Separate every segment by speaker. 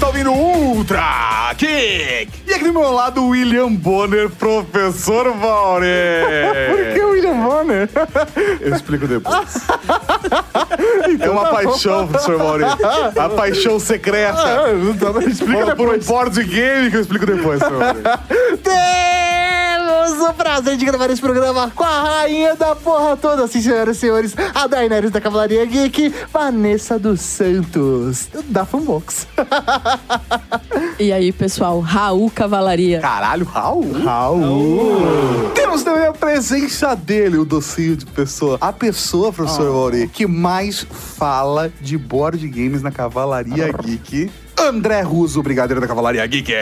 Speaker 1: tá ouvindo Ultra Kick! E aqui do meu lado, William Bonner, professor Valner!
Speaker 2: Por que o William Bonner?
Speaker 1: Eu explico depois. é uma paixão, professor Mauri. A paixão secreta.
Speaker 2: Ah, não tá- Explica
Speaker 1: Por,
Speaker 2: depois.
Speaker 1: por um board game que eu explico depois, professor Mauri.
Speaker 2: Temos o prazer de gravar esse programa com a rainha da porra toda, sim, senhoras e senhores, a Daenerys da Cavalaria Geek, Vanessa dos Santos, da Funbox.
Speaker 3: E aí, pessoal, Raul Cavalaria.
Speaker 1: Caralho, Raul?
Speaker 2: Raul!
Speaker 1: Temos também a presença dele, o docinho de pessoa. A pessoa, professor Mauri, que mais fala de board games na Cavalaria Geek. André Russo, brigadeiro da Cavalaria Geek.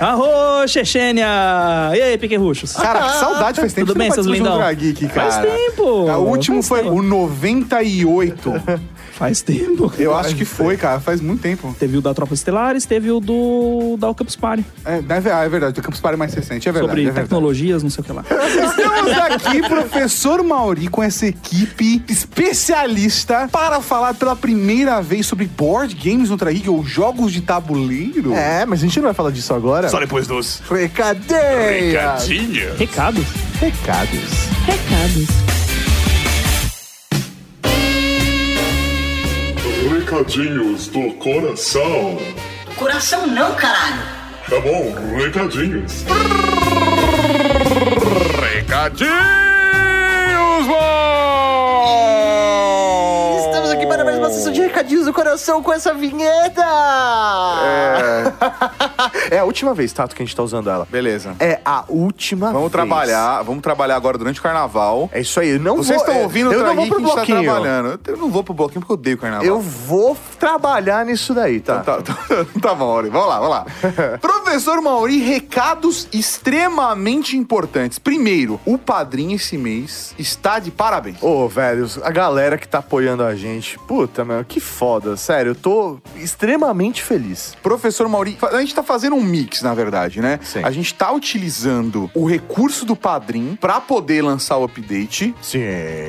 Speaker 4: Arro, Chechênia! E aí, piquerruchos?
Speaker 1: Cara, que saudade, faz tempo
Speaker 4: Tudo
Speaker 1: que
Speaker 4: bem,
Speaker 1: você não
Speaker 2: um
Speaker 4: seus lindão?
Speaker 1: participa do Ultra Geek, cara.
Speaker 4: Faz tempo!
Speaker 1: O último
Speaker 4: Faz
Speaker 1: foi
Speaker 4: tempo.
Speaker 1: o 98.
Speaker 4: Faz tempo.
Speaker 1: Eu acho que foi, cara, faz muito tempo.
Speaker 4: Teve o da Tropa Estelares, teve o do da Alcampus Party.
Speaker 1: É, é ver- ah, é verdade, o Campus Party é mais recente, é verdade.
Speaker 4: sobre
Speaker 1: é verdade.
Speaker 4: tecnologias, não sei o que lá.
Speaker 1: Estamos aqui, professor Mauri, com essa equipe especialista para falar pela primeira vez sobre board games no Geek ou jogos de tabuleiro.
Speaker 2: É, mas a gente não vai falar disso agora.
Speaker 5: Só depois dos
Speaker 2: Recadeia!
Speaker 5: recadinhos.
Speaker 4: Recado.
Speaker 2: Recados.
Speaker 3: Recados.
Speaker 6: Recadinhos do coração.
Speaker 7: Coração não, caralho.
Speaker 6: Tá bom, recadinhos.
Speaker 5: Recadinhos bons!
Speaker 2: Estamos aqui para mais uma sessão de recadinhos do coração com essa vinheta!
Speaker 8: É a última vez, Tato, que a gente tá usando ela.
Speaker 1: Beleza.
Speaker 8: É a última
Speaker 1: Vamos
Speaker 8: vez.
Speaker 1: trabalhar, vamos trabalhar agora durante o carnaval.
Speaker 8: É isso aí. Eu não
Speaker 1: Vocês
Speaker 8: vou-
Speaker 1: estão
Speaker 8: é,
Speaker 1: ouvindo o
Speaker 8: Eu não
Speaker 1: Ultra
Speaker 8: vou
Speaker 1: Geek,
Speaker 8: pro
Speaker 1: a gente tá
Speaker 8: bloquinho.
Speaker 1: trabalhando. Eu não vou pro bloquinho porque eu odeio carnaval.
Speaker 8: Eu vou trabalhar nisso daí, tá?
Speaker 1: Tá, tá, tá bom, Mauri. Vamos lá, vamos lá. Professor Mauri, recados extremamente importantes. Primeiro, o padrinho esse mês está de parabéns.
Speaker 8: Ô, velho, a galera que tá apoiando a gente, puta, meu, que foda. Sério, eu tô extremamente feliz.
Speaker 1: Professor Mauri, a gente tá fazendo um mix, na verdade, né?
Speaker 8: Sim.
Speaker 1: A gente tá utilizando o recurso do Padrim pra poder lançar o update, que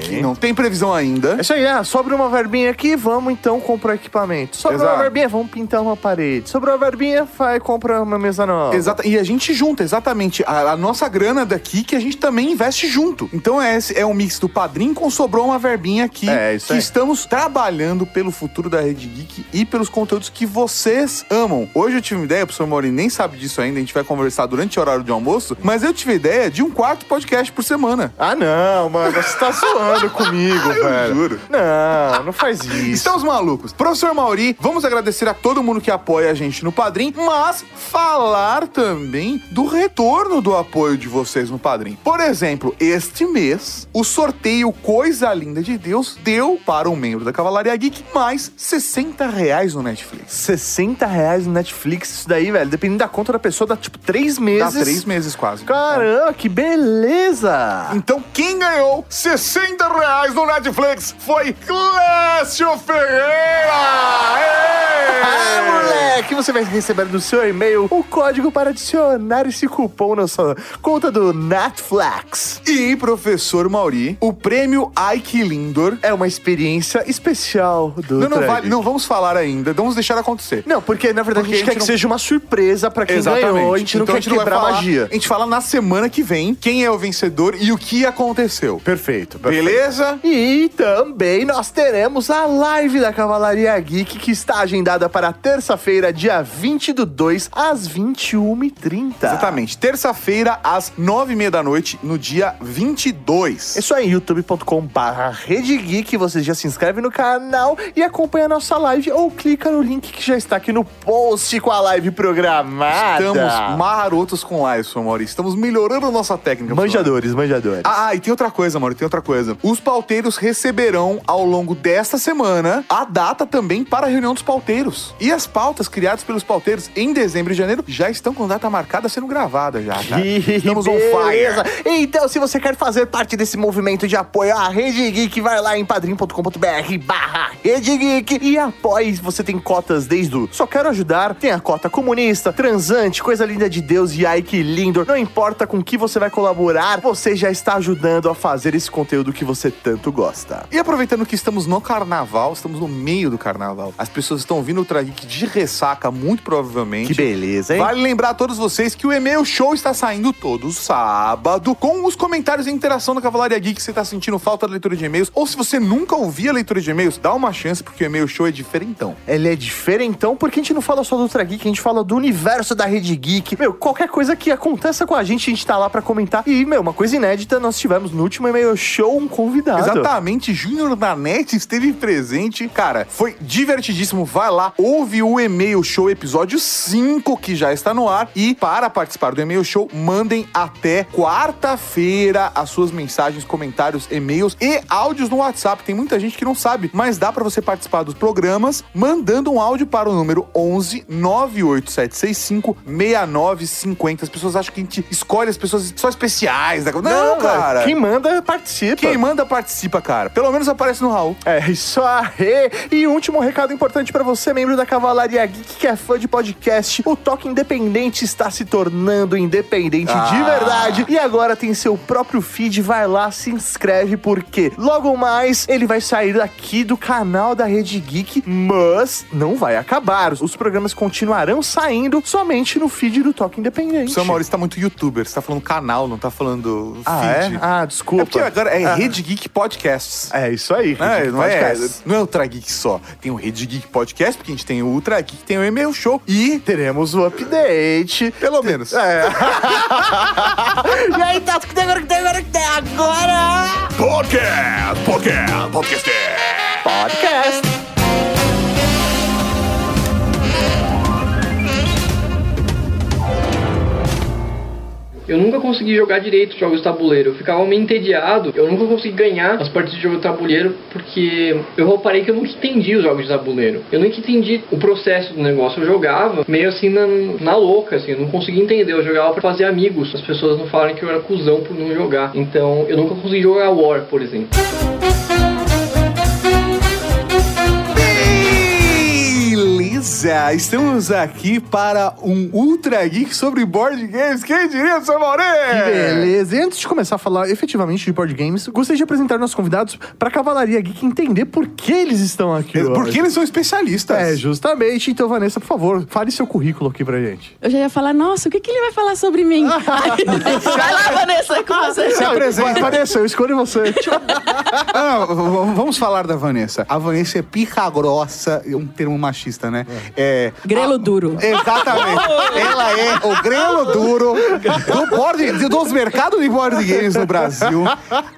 Speaker 8: Sim.
Speaker 1: não tem previsão ainda.
Speaker 8: É isso aí, ah, sobra uma verbinha aqui, vamos então comprar equipamento. Sobra
Speaker 1: Exato.
Speaker 8: uma verbinha, vamos pintar uma parede. Sobra uma verbinha, vai comprar uma mesa nova.
Speaker 1: Exata, e a gente junta, exatamente, a, a nossa grana daqui que a gente também investe junto. Então é, esse- é um mix do Padrim com sobrou uma verbinha aqui.
Speaker 8: É, isso
Speaker 1: que
Speaker 8: aí.
Speaker 1: estamos trabalhando pelo futuro da Rede Geek e pelos conteúdos que vocês amam. Hoje eu tive uma ideia, o professor Mauri nem sabe disso ainda, a gente vai conversar durante o horário de almoço, mas eu tive a ideia de um quarto podcast por semana.
Speaker 8: Ah, não, mano, você tá zoando comigo, velho.
Speaker 1: juro. é
Speaker 8: Não, não faz isso.
Speaker 1: Estamos malucos. Professor Mauri, vamos agradecer a todo mundo que apoia a gente no Padrim, mas falar também do retorno do apoio de vocês no Padrim. Por exemplo, este mês, o sorteio Coisa Linda de Deus deu para um membro da Cavalaria Geek mais R$ 60 reais no Netflix.
Speaker 8: 60 reais no Netflix, isso daí, velho. Dependendo da conta da pessoa, dá tipo 3
Speaker 1: Dá
Speaker 8: meses.
Speaker 1: três meses quase.
Speaker 8: Caramba, que beleza!
Speaker 1: Então, quem ganhou R$ 60 reais no Netflix foi Clécio
Speaker 8: Ah,
Speaker 1: Ferreira! Ê!
Speaker 8: moleque, você vai receber no seu e-mail o código para adicionar esse cupom na sua conta do Netflix.
Speaker 1: E, professor Mauri, o prêmio Ike Lindor.
Speaker 8: É uma experiência especial do
Speaker 1: Não, não,
Speaker 8: Drag.
Speaker 1: vale, não vamos falar ainda, vamos deixar acontecer.
Speaker 8: Não, porque na verdade
Speaker 1: Porque
Speaker 8: a gente quer
Speaker 1: a gente
Speaker 8: que
Speaker 1: não-
Speaker 8: seja uma surpresa pra quem ganhou. A gente não
Speaker 1: Então
Speaker 8: quer
Speaker 1: vai
Speaker 8: quebrar
Speaker 1: falar-
Speaker 8: magia.
Speaker 1: A gente fala na semana que vem quem é o vencedor e o que aconteceu.
Speaker 8: Perfeito,
Speaker 1: Beleza?
Speaker 8: E também nós teremos a live da Cavalaria Geek, que está agendada para terça-feira, dia 20 do 2, às 21h30.
Speaker 1: Exatamente. Terça-feira, às nove e meia da noite, no dia 22.
Speaker 8: É Isso aí, youtube.com/barra Rede Geek. Você já se inscreve no canal e acompanha a nossa live ou clica no link que já está aqui no post com a live programada.
Speaker 1: Estamos marotos com live, senhor Mauri. Estamos melhorando a nossa técnica. professor.
Speaker 8: manjadores, manjadores.
Speaker 1: Ah, e tem outra coisa, Mauri, tem outra coisa. Os pauteiros receberão, ao longo desta semana, a data também para a reunião dos pauteiros. E as pautas criadas pelos pauteiros em dezembro e janeiro já estão com data marcada sendo gravada já, cara. Ah, Estamos on fire.
Speaker 8: beleza. Então, se você quer fazer parte desse movimento de apoio à Rede Geek, vai lá em padrim.com.br barra Rede Geek e apoie. Você tem cotas desde o Só Quero Ajudar, tem a cota comunista, transante, Coisa Linda de Deus e Ai Que Lindo. Não importa com que você vai colaborar, você já está ajudando a fazer esse conteúdo que você tanto gosta.
Speaker 1: E aproveitando que estamos no carnaval, estamos no meio do carnaval, as pessoas estão ouvindo o Ultra Geek de placa, muito provavelmente.
Speaker 8: Que beleza, hein?
Speaker 1: Vale lembrar a todos vocês que o e-mail show está saindo todo sábado com os comentários e interação da Cavalaria Geek. Se você está sentindo falta da leitura de e-mails ou se você nunca ouvia a leitura de e-mails, dá uma chance porque o e-mail show é diferentão.
Speaker 8: Ele é diferentão porque a gente não fala só do Ultra Geek, a gente fala do universo da Rede Geek. Meu, qualquer coisa que aconteça com a gente, a gente tá lá pra comentar. E, meu, uma coisa inédita, nós tivemos no último e-mail show um convidado.
Speaker 1: Exatamente, Júnior Nanete esteve presente. Cara, foi divertidíssimo. Vai lá, ouve o e-mail show episódio 5 que já está no ar. E para participar do e-mail show, mandem até quarta-feira as suas mensagens, comentários, e-mails e áudios no WhatsApp. Tem muita gente que não sabe, mas dá para você participar dos programas mandando um áudio para o número 11 98765 6950. As pessoas acham que a gente escolhe as pessoas só especiais. né? Não,
Speaker 8: Não,
Speaker 1: cara.
Speaker 8: cara. Quem manda participa.
Speaker 1: Quem manda participa, cara. Pelo menos aparece no Raul.
Speaker 8: É isso aí! E um último recado importante pra você, membro da Cavalaria Geek, que é fã de podcast. O Toque Independente está se tornando independente de
Speaker 1: Ah.
Speaker 8: verdade. E agora tem seu próprio feed. Vai lá, se inscreve, porque logo mais ele vai sair daqui do canal da Rede Geek, mas não vai acabar. Os programas continuarão saindo somente no feed do Toque
Speaker 1: O
Speaker 8: Independente.
Speaker 1: seu Maurício tá muito youtuber. Você tá falando canal, não tá falando feed.
Speaker 8: ah, é? ah, desculpa.
Speaker 1: É porque agora é
Speaker 8: Ah.
Speaker 1: Rede Geek Podcasts.
Speaker 8: É isso aí.
Speaker 1: É,
Speaker 8: Rede
Speaker 1: não, é,
Speaker 8: Podcast.
Speaker 1: não é Ultra Geek só. Tem o Rede Geek Podcast, porque a gente tem o Ultra Geek, tem o e-mail show. E,
Speaker 8: Teremos o update.
Speaker 1: pelo menos.
Speaker 8: É. e aí, Tato, que tem agora, que tem agora, que tem agora?
Speaker 6: Podcast, podcast, podcast.
Speaker 8: Podcast.
Speaker 9: Eu nunca consegui jogar direito jogos de tabuleiro. Eu ficava meio entediado. Eu nunca consegui ganhar as partidas de jogo de tabuleiro porque eu reparei que eu nunca entendi os jogos de tabuleiro. Eu nunca entendi o processo do negócio. Eu jogava meio assim na, na louca, assim. Eu não conseguia entender. Eu jogava pra fazer amigos. As pessoas não falaram que eu era cuzão por não jogar. Então eu nunca consegui jogar War, por exemplo.
Speaker 1: Beleza! Estamos aqui para um Ultra Geek sobre board games. Quem diria, seu Maurício?
Speaker 8: Que beleza. E antes de começar a falar efetivamente de board games, gostaria de apresentar nossos convidados pra Cavalaria Geek entender por que eles estão aqui hoje.
Speaker 1: Porque eles são especialistas.
Speaker 8: É, justamente. Então, Vanessa, por favor, fale seu currículo aqui pra gente.
Speaker 3: Eu já ia falar, nossa, o que, que ele vai falar sobre mim? vai lá, Vanessa, é com você.
Speaker 1: Se apresenta.
Speaker 8: Vanessa, eu escolho você.
Speaker 1: Ah, v- v- vamos falar da Vanessa. A Vanessa é pica grossa, é um termo machista, né? É.
Speaker 3: Grelo duro.
Speaker 1: Exatamente. Ela é o grelo duro do board, dos mercados de board games no Brasil.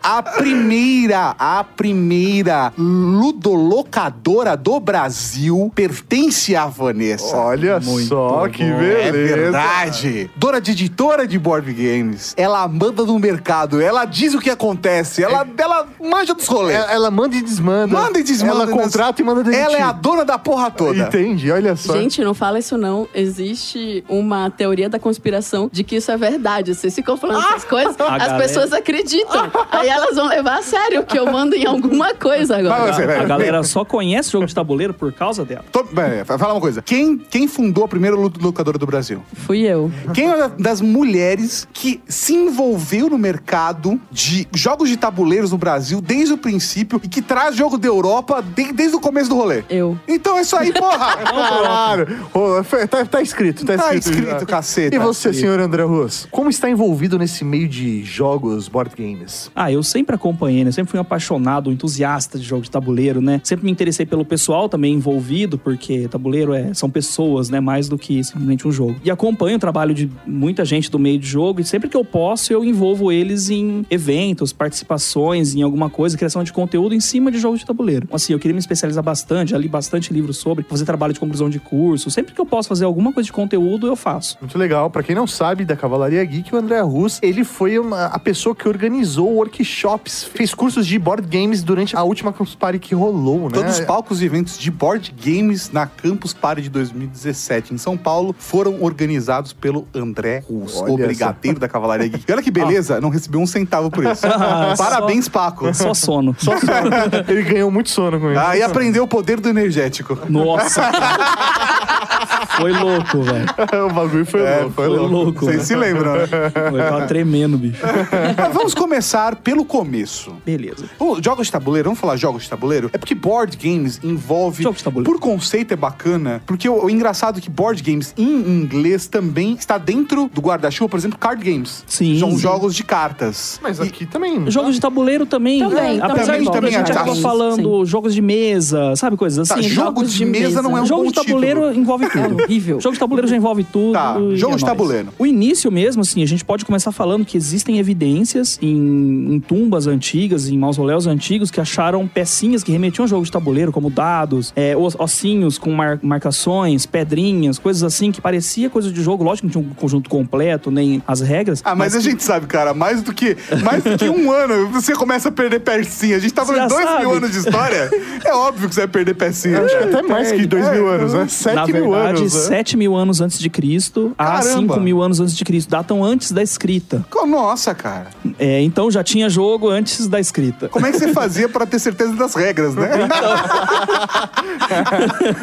Speaker 1: A primeira, a primeira ludolocadora do Brasil pertence à Vanessa.
Speaker 8: Olha só que
Speaker 1: É
Speaker 8: beleza.
Speaker 1: verdade. Dona de editora de board games. Ela manda no mercado, ela diz o que acontece, ela, ela manja dos rolês.
Speaker 8: É. Ela, ela manda e desmanda.
Speaker 1: Manda e desmanda.
Speaker 8: Ela contrata e manda demitir.
Speaker 1: Ela é a dona da porra toda.
Speaker 8: Entendi, olha só.
Speaker 3: Gente, não fala isso não. Existe uma teoria da conspiração de que isso é verdade. Vocês ficam falando essas coisas, as
Speaker 4: galera-
Speaker 3: pessoas acreditam. Aí elas vão levar a sério que eu mando em alguma coisa
Speaker 1: Vai,
Speaker 3: agora.
Speaker 1: vai,
Speaker 4: A galera só conhece jogo de tabuleiro por causa dela.
Speaker 1: Tô, pera, fala uma coisa. Quem, quem fundou a primeira lu- locadora do Brasil?
Speaker 3: Fui eu.
Speaker 1: Quem é uma das mulheres que se envolveu no mercado de jogos de tabuleiros no Brasil desde o princípio e que traz jogo da Europa de- desde o começo do rolê?
Speaker 3: Eu.
Speaker 1: Então é isso aí, porra!
Speaker 8: Caralho! Ô, foi- Tá, tá escrito, tá escrito.
Speaker 1: tá
Speaker 8: já.
Speaker 1: escrito, caceta.
Speaker 8: E você, senhor André Russo, como está envolvido nesse meio de jogos, board games?
Speaker 4: Ah, eu sempre acompanhei, né? Sempre fui um apaixonado, um entusiasta de jogo de tabuleiro, né? Sempre me interessei pelo pessoal também envolvido, porque tabuleiro é, são pessoas, né? Mais do que simplesmente um jogo. E acompanho o trabalho de muita gente do meio de jogo e sempre que eu posso, eu envolvo eles em eventos, participações, em alguma coisa, criação de conteúdo em cima de jogos de tabuleiro. Assim, eu queria me especializar bastante, já li bastante livro sobre, fazer trabalho de conclusão de curso. Sempre que eu posso fazer alguma coisa de conteúdo, eu faço.
Speaker 8: Muito legal. Pra quem não sabe, da Cavalaria Geek, o André Russo, ele foi uma- a pessoa que organizou workshops, fez cursos de board games durante a última Campus Party que rolou, né?
Speaker 1: Todos os
Speaker 4: É.
Speaker 1: palcos e eventos de board games na Campus Party de 2017 em São Paulo foram organizados pelo André Rus,
Speaker 8: Olha
Speaker 1: o brigadeiro da Cavalaria Geek. E olha que beleza, não recebeu um centavo por isso.
Speaker 4: Ah,
Speaker 1: Parabéns, Paco.
Speaker 4: Só sono.
Speaker 8: Só sono. ele ganhou muito sono com isso.
Speaker 1: Ah, e aprendeu o poder do energético.
Speaker 4: Nossa, Foi louco, velho.
Speaker 10: o bagulho foi
Speaker 1: É,
Speaker 10: louco.
Speaker 1: foi
Speaker 4: Foi
Speaker 1: louco.
Speaker 4: louco,
Speaker 1: Vocês
Speaker 4: né?
Speaker 1: se lembram, né?
Speaker 4: Eu tava tremendo, bicho.
Speaker 1: Mas vamos começar pelo começo.
Speaker 4: Beleza.
Speaker 1: Ô, Jogos de tabuleiro, vamos falar jogos de tabuleiro? É porque board games envolve.
Speaker 4: Jogo de tabuleiro.
Speaker 1: Por conceito é bacana, porque o, o engraçado é que board games em inglês também está dentro do guarda-chuva, por exemplo, card games.
Speaker 4: Sim,
Speaker 1: São
Speaker 4: sim.
Speaker 1: jogos de cartas.
Speaker 10: Mas aqui também.
Speaker 4: Jogos de tabuleiro também. né?
Speaker 3: Também,
Speaker 4: Apesar
Speaker 1: também,
Speaker 4: de tudo,
Speaker 1: também,
Speaker 4: a gente
Speaker 1: tá.
Speaker 4: acaba falando jogos de mesa, sabe? Coisas
Speaker 1: Tá,
Speaker 4: assim.
Speaker 1: jogo de, mesa, não é um
Speaker 4: jogo
Speaker 1: bom
Speaker 4: de tabuleiro
Speaker 1: título. É
Speaker 4: envolve tudo.
Speaker 3: horrível.
Speaker 4: Jogo de tabuleiro já envolve tudo.
Speaker 1: Tá,
Speaker 4: e
Speaker 1: jogo
Speaker 4: é nóis.
Speaker 1: de tabuleiro.
Speaker 4: O início mesmo, assim, a gente pode começar falando que existem evidências em, em tumbas antigas, em mausoléus antigos, que acharam pecinhas que remetiam a jogo de tabuleiro, como dados, é, os- ossinhos com mar- marcações, pedrinhas, coisas assim, que parecia coisa de jogo. Lógico que não tinha um conjunto completo, nem as regras.
Speaker 1: Ah, mas, a gente sabe, cara, mais do que mais do que um ano você começa a perder pecinha. A gente tá
Speaker 4: Você
Speaker 1: falando
Speaker 4: já
Speaker 1: dois mil
Speaker 4: sabe.
Speaker 1: anos de história. É óbvio que você vai perder pecinha.
Speaker 10: Acho que até mais que dois mil anos, né?
Speaker 1: Sete
Speaker 4: Na
Speaker 1: mil
Speaker 4: verdade,
Speaker 1: anos. né?
Speaker 4: 7 mil anos antes de Cristo a
Speaker 1: Caramba.
Speaker 4: 5 mil anos antes de Cristo. Datam antes da escrita.
Speaker 1: Nossa, cara.
Speaker 4: É, então já tinha jogo antes da escrita.
Speaker 1: Como é que você fazia pra ter certeza das regras, né?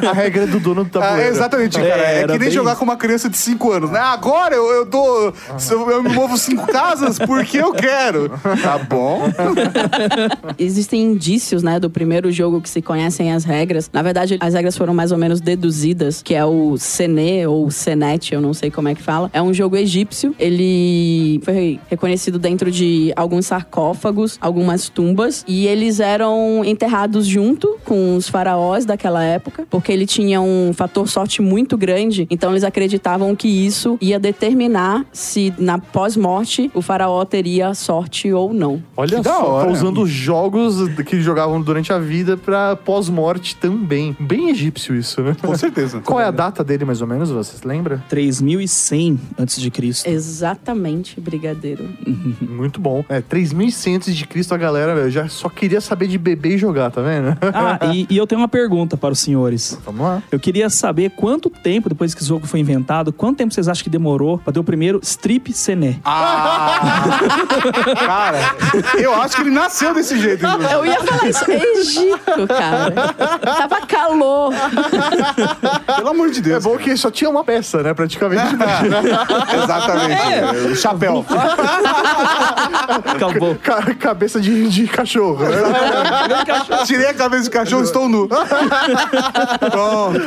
Speaker 10: A regra do dono do
Speaker 1: Ah,
Speaker 10: tabuleiro.
Speaker 1: é exatamente, cara. É,
Speaker 4: Era
Speaker 1: que nem
Speaker 4: bem
Speaker 1: jogar
Speaker 4: isso.
Speaker 1: com uma criança de 5 anos. né? Agora eu, eu dou. Eu, eu me movo cinco casas porque eu quero. Tá bom.
Speaker 3: Existem indícios, né, do primeiro jogo que se conhecem as regras. Na verdade, as regras foram mais ou menos deduzidas, que é o Sené ou Senet, eu não sei como é que fala. É um jogo egípcio. Ele foi reconhecido dentro de alguns sarcófagos, algumas tumbas, e eles eram enterrados junto com os faraós daquela época, porque ele tinha um fator sorte muito grande. Então eles acreditavam que isso ia determinar se na pós-morte o faraó teria sorte ou não.
Speaker 10: Olha
Speaker 1: Que da
Speaker 10: só,
Speaker 1: hora.
Speaker 10: tá usando os jogos que jogavam durante a vida pra pós-morte também. Bem egípcio isso, né?
Speaker 1: Com certeza.
Speaker 10: Qual é a data dele, mais ou menos, vocês lembram?
Speaker 4: 3100 antes de Cristo.
Speaker 3: Exatamente, brigadeiro.
Speaker 10: Muito bom. É, 3100 antes de Cristo, a galera velho, já só queria saber de beber e jogar, tá vendo?
Speaker 4: Ah, e, e eu tenho uma pergunta para os senhores.
Speaker 10: Vamos lá.
Speaker 4: Eu queria saber quanto tempo, depois que o jogo foi inventado, quanto tempo vocês acham que demorou para ter o primeiro strip cené?
Speaker 1: Ah, cara, eu acho que ele nasceu desse jeito. hein, Bruno?
Speaker 3: Eu ia falar isso. É Egito, cara. Tava calor.
Speaker 1: Pelo amor de
Speaker 10: É
Speaker 1: Deus.
Speaker 10: bom que só tinha uma peça, né? Praticamente.
Speaker 1: Exatamente.
Speaker 8: É,
Speaker 10: É,
Speaker 1: O chapéu. Ah,
Speaker 4: Acabou.
Speaker 10: Ca- cabeça de, de cachorro. né?
Speaker 1: Tirei a cabeça do cachorro, estou nu. Pronto.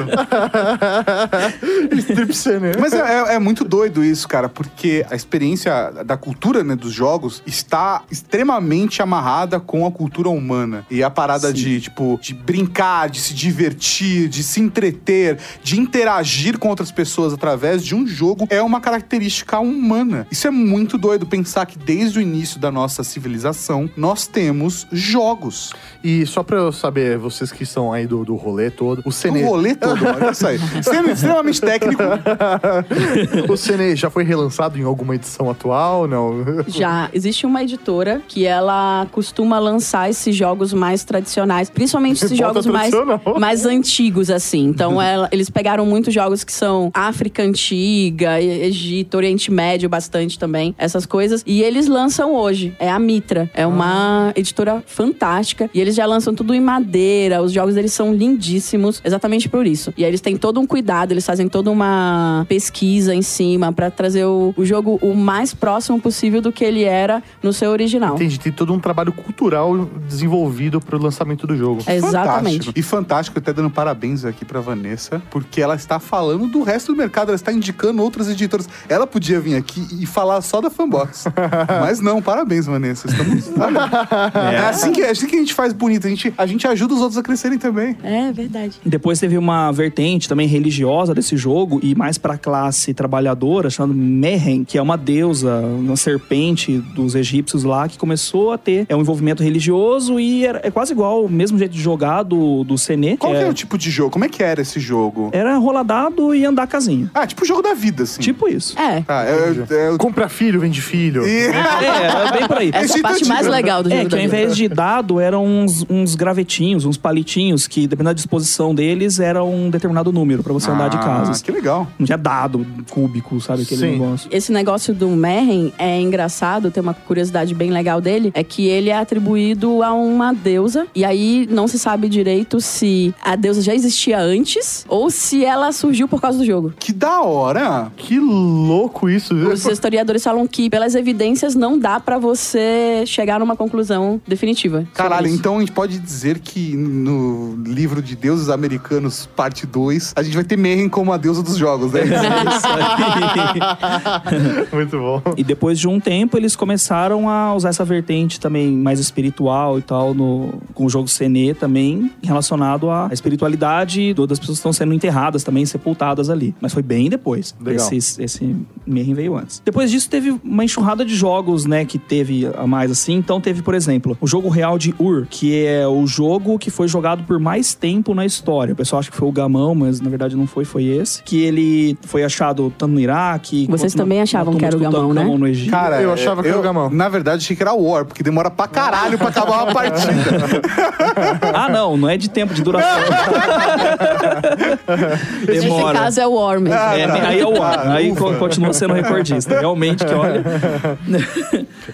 Speaker 10: Stripcer, né?
Speaker 1: Mas é, é- é muito doido isso, cara, porque a experiência da cultura né, dos jogos está extremamente amarrada com a cultura humana. E a parada de, tipo, de brincar, de se divertir, de se entreter, de interagir com outras pessoas através de um jogo é uma característica humana. Isso é muito doido pensar que desde o início da nossa civilização nós temos jogos.
Speaker 10: E só pra eu saber, vocês que são aí do, do rolê todo, o
Speaker 1: O
Speaker 10: Senê.
Speaker 1: um rolê todo, olha isso aí. Sendo extremamente técnico,
Speaker 10: o Senê já foi relançado em alguma edição atual? Não.
Speaker 3: Já existe uma editora que ela costuma lançar esses jogos mais tradicionais, principalmente esses
Speaker 10: Volta
Speaker 3: jogos mais,
Speaker 10: tradicional.
Speaker 3: mais antigos, assim. Então, ela- eles pegaram muitos jogos que são África Antiga, E- Egito, Oriente Médio, bastante também, essas coisas. E eles lançam hoje. É a Mitra. É uma editora fantástica. E eles já lançam tudo em madeira. Os jogos deles são lindíssimos, exatamente por isso. E aí eles têm todo um cuidado, eles fazem toda uma pesquisa em cima pra trazer o, o jogo o mais próximo possível do que ele era no seu original.
Speaker 10: Entendi, tem todo um trabalho cultural desenvolvido pro lançamento do jogo.
Speaker 3: É, Exatamente.
Speaker 1: Fantástico. E fantástico, até dando parabéns aqui pra Vanessa, porque ela está falando do resto do mercado, ela está indicando outras editoras. Ela podia vir aqui e falar só da Fanbox. Mas não, parabéns, Vanessa. Estamos. É, assim, que, é assim que a gente faz bonito, a gente, a gente ajuda os outros a crescerem também.
Speaker 3: É verdade.
Speaker 4: Depois teve uma vertente também religiosa desse jogo e mais pra classe trabalhadora, chamada Mehen, que é uma deusa, uma serpente dos egípcios lá, que começou a ter é um envolvimento religioso e era- é quase igual o mesmo jeito de jogar do, do Sené.
Speaker 1: Qual
Speaker 4: que
Speaker 1: que é
Speaker 4: é-
Speaker 1: o tipo de jogo? Como é que era esse jogo?
Speaker 4: Era roladado e andar casinha.
Speaker 1: Ah, tipo o jogo da vida, assim.
Speaker 4: Tipo isso.
Speaker 3: É.
Speaker 1: Ah, eu, eu,
Speaker 10: Compra filho, vende filho.
Speaker 1: e-
Speaker 4: É, era bem por aí.
Speaker 1: Egito
Speaker 3: Essa parte mais
Speaker 1: Antigo.
Speaker 3: legal do jogo.
Speaker 4: É, que
Speaker 3: da
Speaker 4: ao
Speaker 3: vida.
Speaker 1: né?
Speaker 4: invés de dado, eram uns, uns gravetinhos, uns palitinhos, que dependendo da disposição deles, era um determinado número pra você andar de
Speaker 1: Ah,
Speaker 4: casas.
Speaker 1: Que legal.
Speaker 4: Não tinha dado cúbico, sabe? Aquele
Speaker 10: Sim.
Speaker 4: negócio.
Speaker 3: Esse negócio do Merren é engraçado, tem uma curiosidade bem legal dele, é que ele é atribuído a uma deusa, e aí não se sabe direito se a deusa já existia antes ou se ela surgiu por causa do jogo.
Speaker 1: Que da hora!
Speaker 11: Que louco isso, viu?
Speaker 3: Os historiadores falam que, pelas evidências, não dá pra você chegar numa conclusão definitiva. sobre
Speaker 1: Caralho,
Speaker 3: isso.
Speaker 1: então a gente pode dizer que no livro de Deuses Americanos, parte 2, a gente vai ter Mayhem como a deusa dos jogos, né?
Speaker 11: Muito bom.
Speaker 4: E depois de um tempo, eles começaram a usar essa vertente também mais espiritual e tal, no, com o jogo CNE também, relacionado à espiritualidade do- das pessoas que estão sendo enterradas também, sepultadas ali. Mas foi bem depois.
Speaker 1: Legal.
Speaker 4: Esse, esse Mayhem veio antes. Depois disso, teve uma enxurrada de jogos, né, que teve a mais assim. Então teve, por exemplo, o jogo real de Ur, que é o jogo que foi jogado por mais tempo na história. O pessoal acha que foi o Gamão, mas na verdade não foi, foi esse. Que ele foi achado tanto no Iraque...
Speaker 3: Vocês
Speaker 4: quanto na-
Speaker 3: também
Speaker 4: na
Speaker 3: achavam
Speaker 4: tumba
Speaker 3: que era o
Speaker 4: de
Speaker 3: Gamão, né?
Speaker 4: Tutancâmon no Egito.
Speaker 1: Cara,
Speaker 11: Eu achava que era o Gamão.
Speaker 1: Na verdade, achei que era War, porque demora pra caralho pra acabar uma partida.
Speaker 4: Ah, não, não é de tempo, de duração.
Speaker 3: Nesse
Speaker 4: Demora.
Speaker 3: caso é o Worm.
Speaker 4: É, aí é o ar, aí
Speaker 1: Ufa.
Speaker 4: co- continua sendo recordista. Realmente, que olha.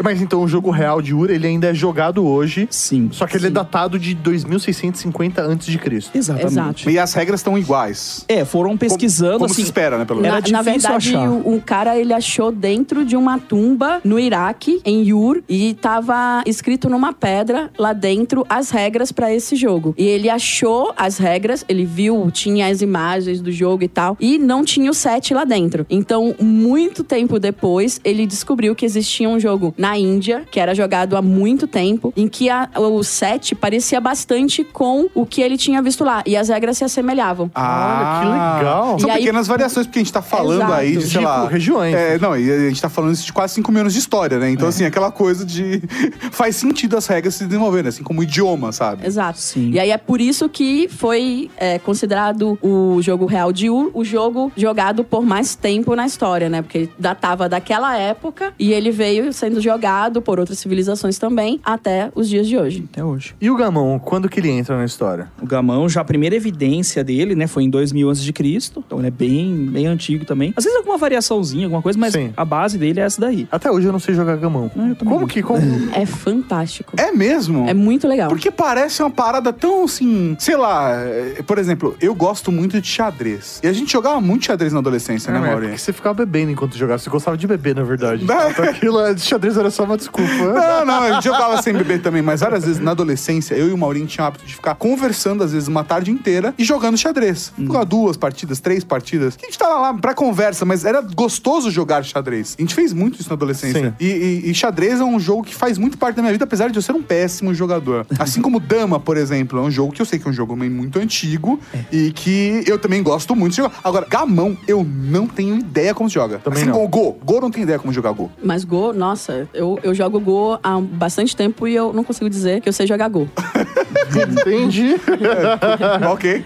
Speaker 11: Mas então o jogo real de Ur, ele ainda é jogado hoje,
Speaker 4: Sim.
Speaker 11: só que ele é datado de 2650 a.C.
Speaker 4: Exatamente.
Speaker 3: Exato.
Speaker 1: e as regras estão iguais.
Speaker 4: É, foram pesquisando
Speaker 1: Como se
Speaker 4: assim.
Speaker 1: espera, né? Pelo menos.
Speaker 4: Era
Speaker 3: na, na
Speaker 4: difícil
Speaker 3: verdade,
Speaker 4: achar.
Speaker 3: o- um cara ele achou dentro de uma tumba no Iraque, em Yur, e tava escrito numa pedra lá dentro as regras pra esse jogo. E ele achou as regras, ele viu, tinha as imagens do jogo e tal, e não tinha o set lá dentro. Então, muito tempo depois, ele descobriu que existia um jogo na Índia, que era jogado há muito tempo, em que a- o set parecia bastante com o que ele tinha visto lá, e as regras se assemelhavam.
Speaker 11: Olha, que legal.
Speaker 1: São
Speaker 3: E aí-
Speaker 1: pequenas variações, porque a gente tá falando
Speaker 3: Exato.
Speaker 1: aí de, sei
Speaker 11: Tipo,
Speaker 1: lá...
Speaker 11: regiões. É.
Speaker 1: É, não, e a gente tá falando isso de quase 5 mil anos de história, né? Então, assim, aquela coisa de... Faz sentido as regras se desenvolverem, assim como o idioma, sabe?
Speaker 3: Exato.
Speaker 4: Sim.
Speaker 3: E aí é por isso que foi é, considerado o jogo real de Ur o jogo jogado por mais tempo na história, né? Porque ele datava daquela época e ele veio sendo jogado por outras civilizações também até os dias de hoje.
Speaker 4: Até hoje.
Speaker 11: E o Gamão, quando que ele entra na história?
Speaker 4: O Gamão, já a primeira evidência dele, né, foi em 2000 a.C., então ele é bem, bem antigo também. Às vezes alguma variaçãozinha, alguma coisa, mas
Speaker 11: Sim.
Speaker 4: a base dele é essa daí.
Speaker 11: Até hoje eu não sei jogar Gamão.
Speaker 4: Ah, eu também
Speaker 11: como
Speaker 4: não.
Speaker 11: que... Como...
Speaker 3: É fantástico.
Speaker 1: É mesmo?
Speaker 3: É muito legal.
Speaker 1: Porque parece uma parada tão assim, sei lá, eh, por exemplo, eu gosto muito de xadrez. E a gente jogava muito xadrez na adolescência, né,
Speaker 11: É,
Speaker 1: Mauri?
Speaker 11: porque você ficava bebendo enquanto jogava. Você gostava de beber, na verdade.
Speaker 1: Não.
Speaker 11: Então aquilo, é- xadrez era só uma desculpa.
Speaker 1: Não, não, eu jogava sem beber também, mas várias vezes na adolescência, eu e o Maurinho tinha o hábito de ficar conversando, às vezes, uma tarde inteira e jogando xadrez.
Speaker 11: Hum.
Speaker 1: Jogava duas partidas, três partidas. Que a gente tava lá pra conversa, mas era gostoso jogar xadrez. A gente fez muito isso na adolescência. E, e- e xadrez é um jogo que faz muito parte da minha vida, apesar de eu ser um péssimo jogador. Assim como Dama, por exemplo, é um jogo que eu sei que é um jogo meio muito antigo
Speaker 11: É.
Speaker 1: e que eu também gosto muito de jogar. Agora, Gamão, eu não tenho ideia como se joga.
Speaker 11: Também
Speaker 1: assim
Speaker 11: não.
Speaker 1: como Go. Go não tem ideia como jogar Go.
Speaker 3: Mas Go, nossa, eu, eu jogo Go há bastante tempo e eu não consigo dizer que eu sei jogar Go.
Speaker 11: Entendi.
Speaker 1: ok.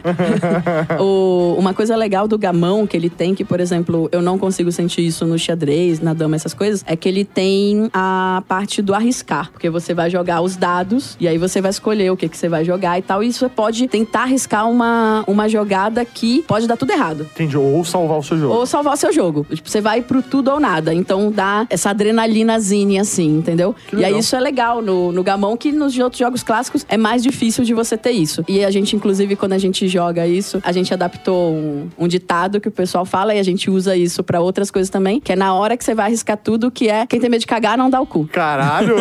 Speaker 3: O- uma coisa legal do gamão que ele tem, que, por exemplo, eu não consigo sentir isso no xadrez, na dama, essas coisas, é que ele tem a parte do arriscar. Porque você vai jogar os dados e aí você vai escolher o que, que você vai jogar e tal. E você pode tentar arriscar uma, uma jogada que pode dar tudo errado.
Speaker 11: Entendi. Ou salvar o seu jogo.
Speaker 3: Ou salvar o seu jogo. Tipo, você vai pro tudo ou nada. Então dá essa adrenalinazinha, assim, entendeu?
Speaker 11: Que
Speaker 3: E aí
Speaker 11: legal.
Speaker 3: isso é legal no, no Gamão, que nos outros jogos clássicos é mais difícil de você ter isso. E a gente, inclusive, quando a gente joga isso, a gente adaptou um, um ditado que o pessoal fala e a gente usa isso pra outras coisas também, que é na hora que você vai arriscar tudo, que é quem tem medo de cagar não dá o cu.
Speaker 11: Caralho.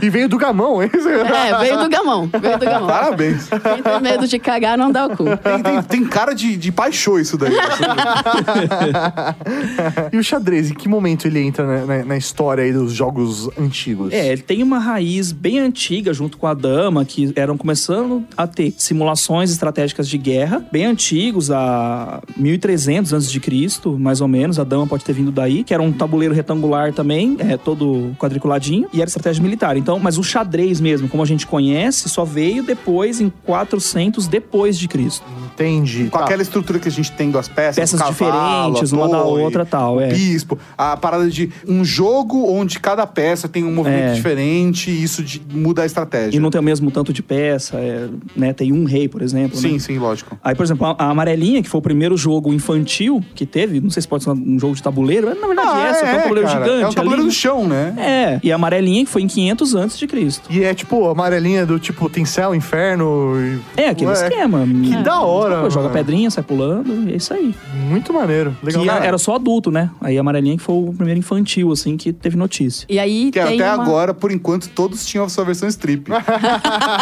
Speaker 11: e veio do Gamão, hein?
Speaker 3: É, veio do Gamão. Veio do Gamão.
Speaker 1: Parabéns.
Speaker 3: Quem tem medo de cagar não dá o cu.
Speaker 1: Tem, tem- tem cara de, de paixão isso daí. né?
Speaker 11: E o xadrez, em que momento ele entra na, na- na história aí dos jogos antigos?
Speaker 4: É, ele tem uma raiz bem antiga junto com a dama, que eram começando a ter simulações estratégicas de guerra, bem antigos, a 1300 antes de Cristo, mais ou menos, a dama pode ter vindo daí, que era um tabuleiro retangular também, é, todo quadriculadinho, e era estratégia militar. Então, mas o xadrez mesmo, como a gente conhece, só veio depois em 400 depois de Cristo.
Speaker 11: Entendi.
Speaker 1: Com
Speaker 11: tá.
Speaker 1: aquela estrutura que a gente tem das peças.
Speaker 4: Peças
Speaker 1: o cavalo,
Speaker 4: diferentes,
Speaker 1: a
Speaker 4: uma da
Speaker 1: torre,
Speaker 4: outra, tal,
Speaker 1: o
Speaker 4: é.
Speaker 1: bispo. A parada de um jogo onde cada peça tem um movimento
Speaker 4: É.
Speaker 1: diferente e isso de- muda a estratégia.
Speaker 4: E não tem o mesmo tanto de peça, é, né? Tem um rei, por exemplo. né?
Speaker 1: Sim, sim, lógico.
Speaker 4: Aí, por exemplo, a- a Amarelinha, que foi o primeiro jogo infantil que teve, não sei se pode ser um jogo de tabuleiro, mas na verdade
Speaker 11: Ah,
Speaker 4: é, só que é um tabuleiro
Speaker 1: Ah, cara.
Speaker 4: gigante.
Speaker 1: É um tabuleiro
Speaker 4: ali.
Speaker 1: do chão, né?
Speaker 4: É, e a Amarelinha, que foi em 500 antes de Cristo.
Speaker 11: E é tipo amarelinha do tipo tem céu, inferno. e-
Speaker 4: É, aquele
Speaker 11: Ué,
Speaker 4: esquema.
Speaker 11: Que
Speaker 4: É.
Speaker 11: da hora.
Speaker 4: Pô, joga
Speaker 11: mano.
Speaker 4: pedrinha, sai pulando, e é isso aí.
Speaker 11: Muito maneiro. Legal.
Speaker 4: Que
Speaker 11: cara.
Speaker 4: era só adulto, né? Aí a Amarelinha que foi o primeiro infantil, assim, que teve notícia.
Speaker 3: E aí
Speaker 1: Que
Speaker 3: tem
Speaker 1: até
Speaker 3: uma-
Speaker 1: agora, por enquanto, todos tinham a sua versão strip.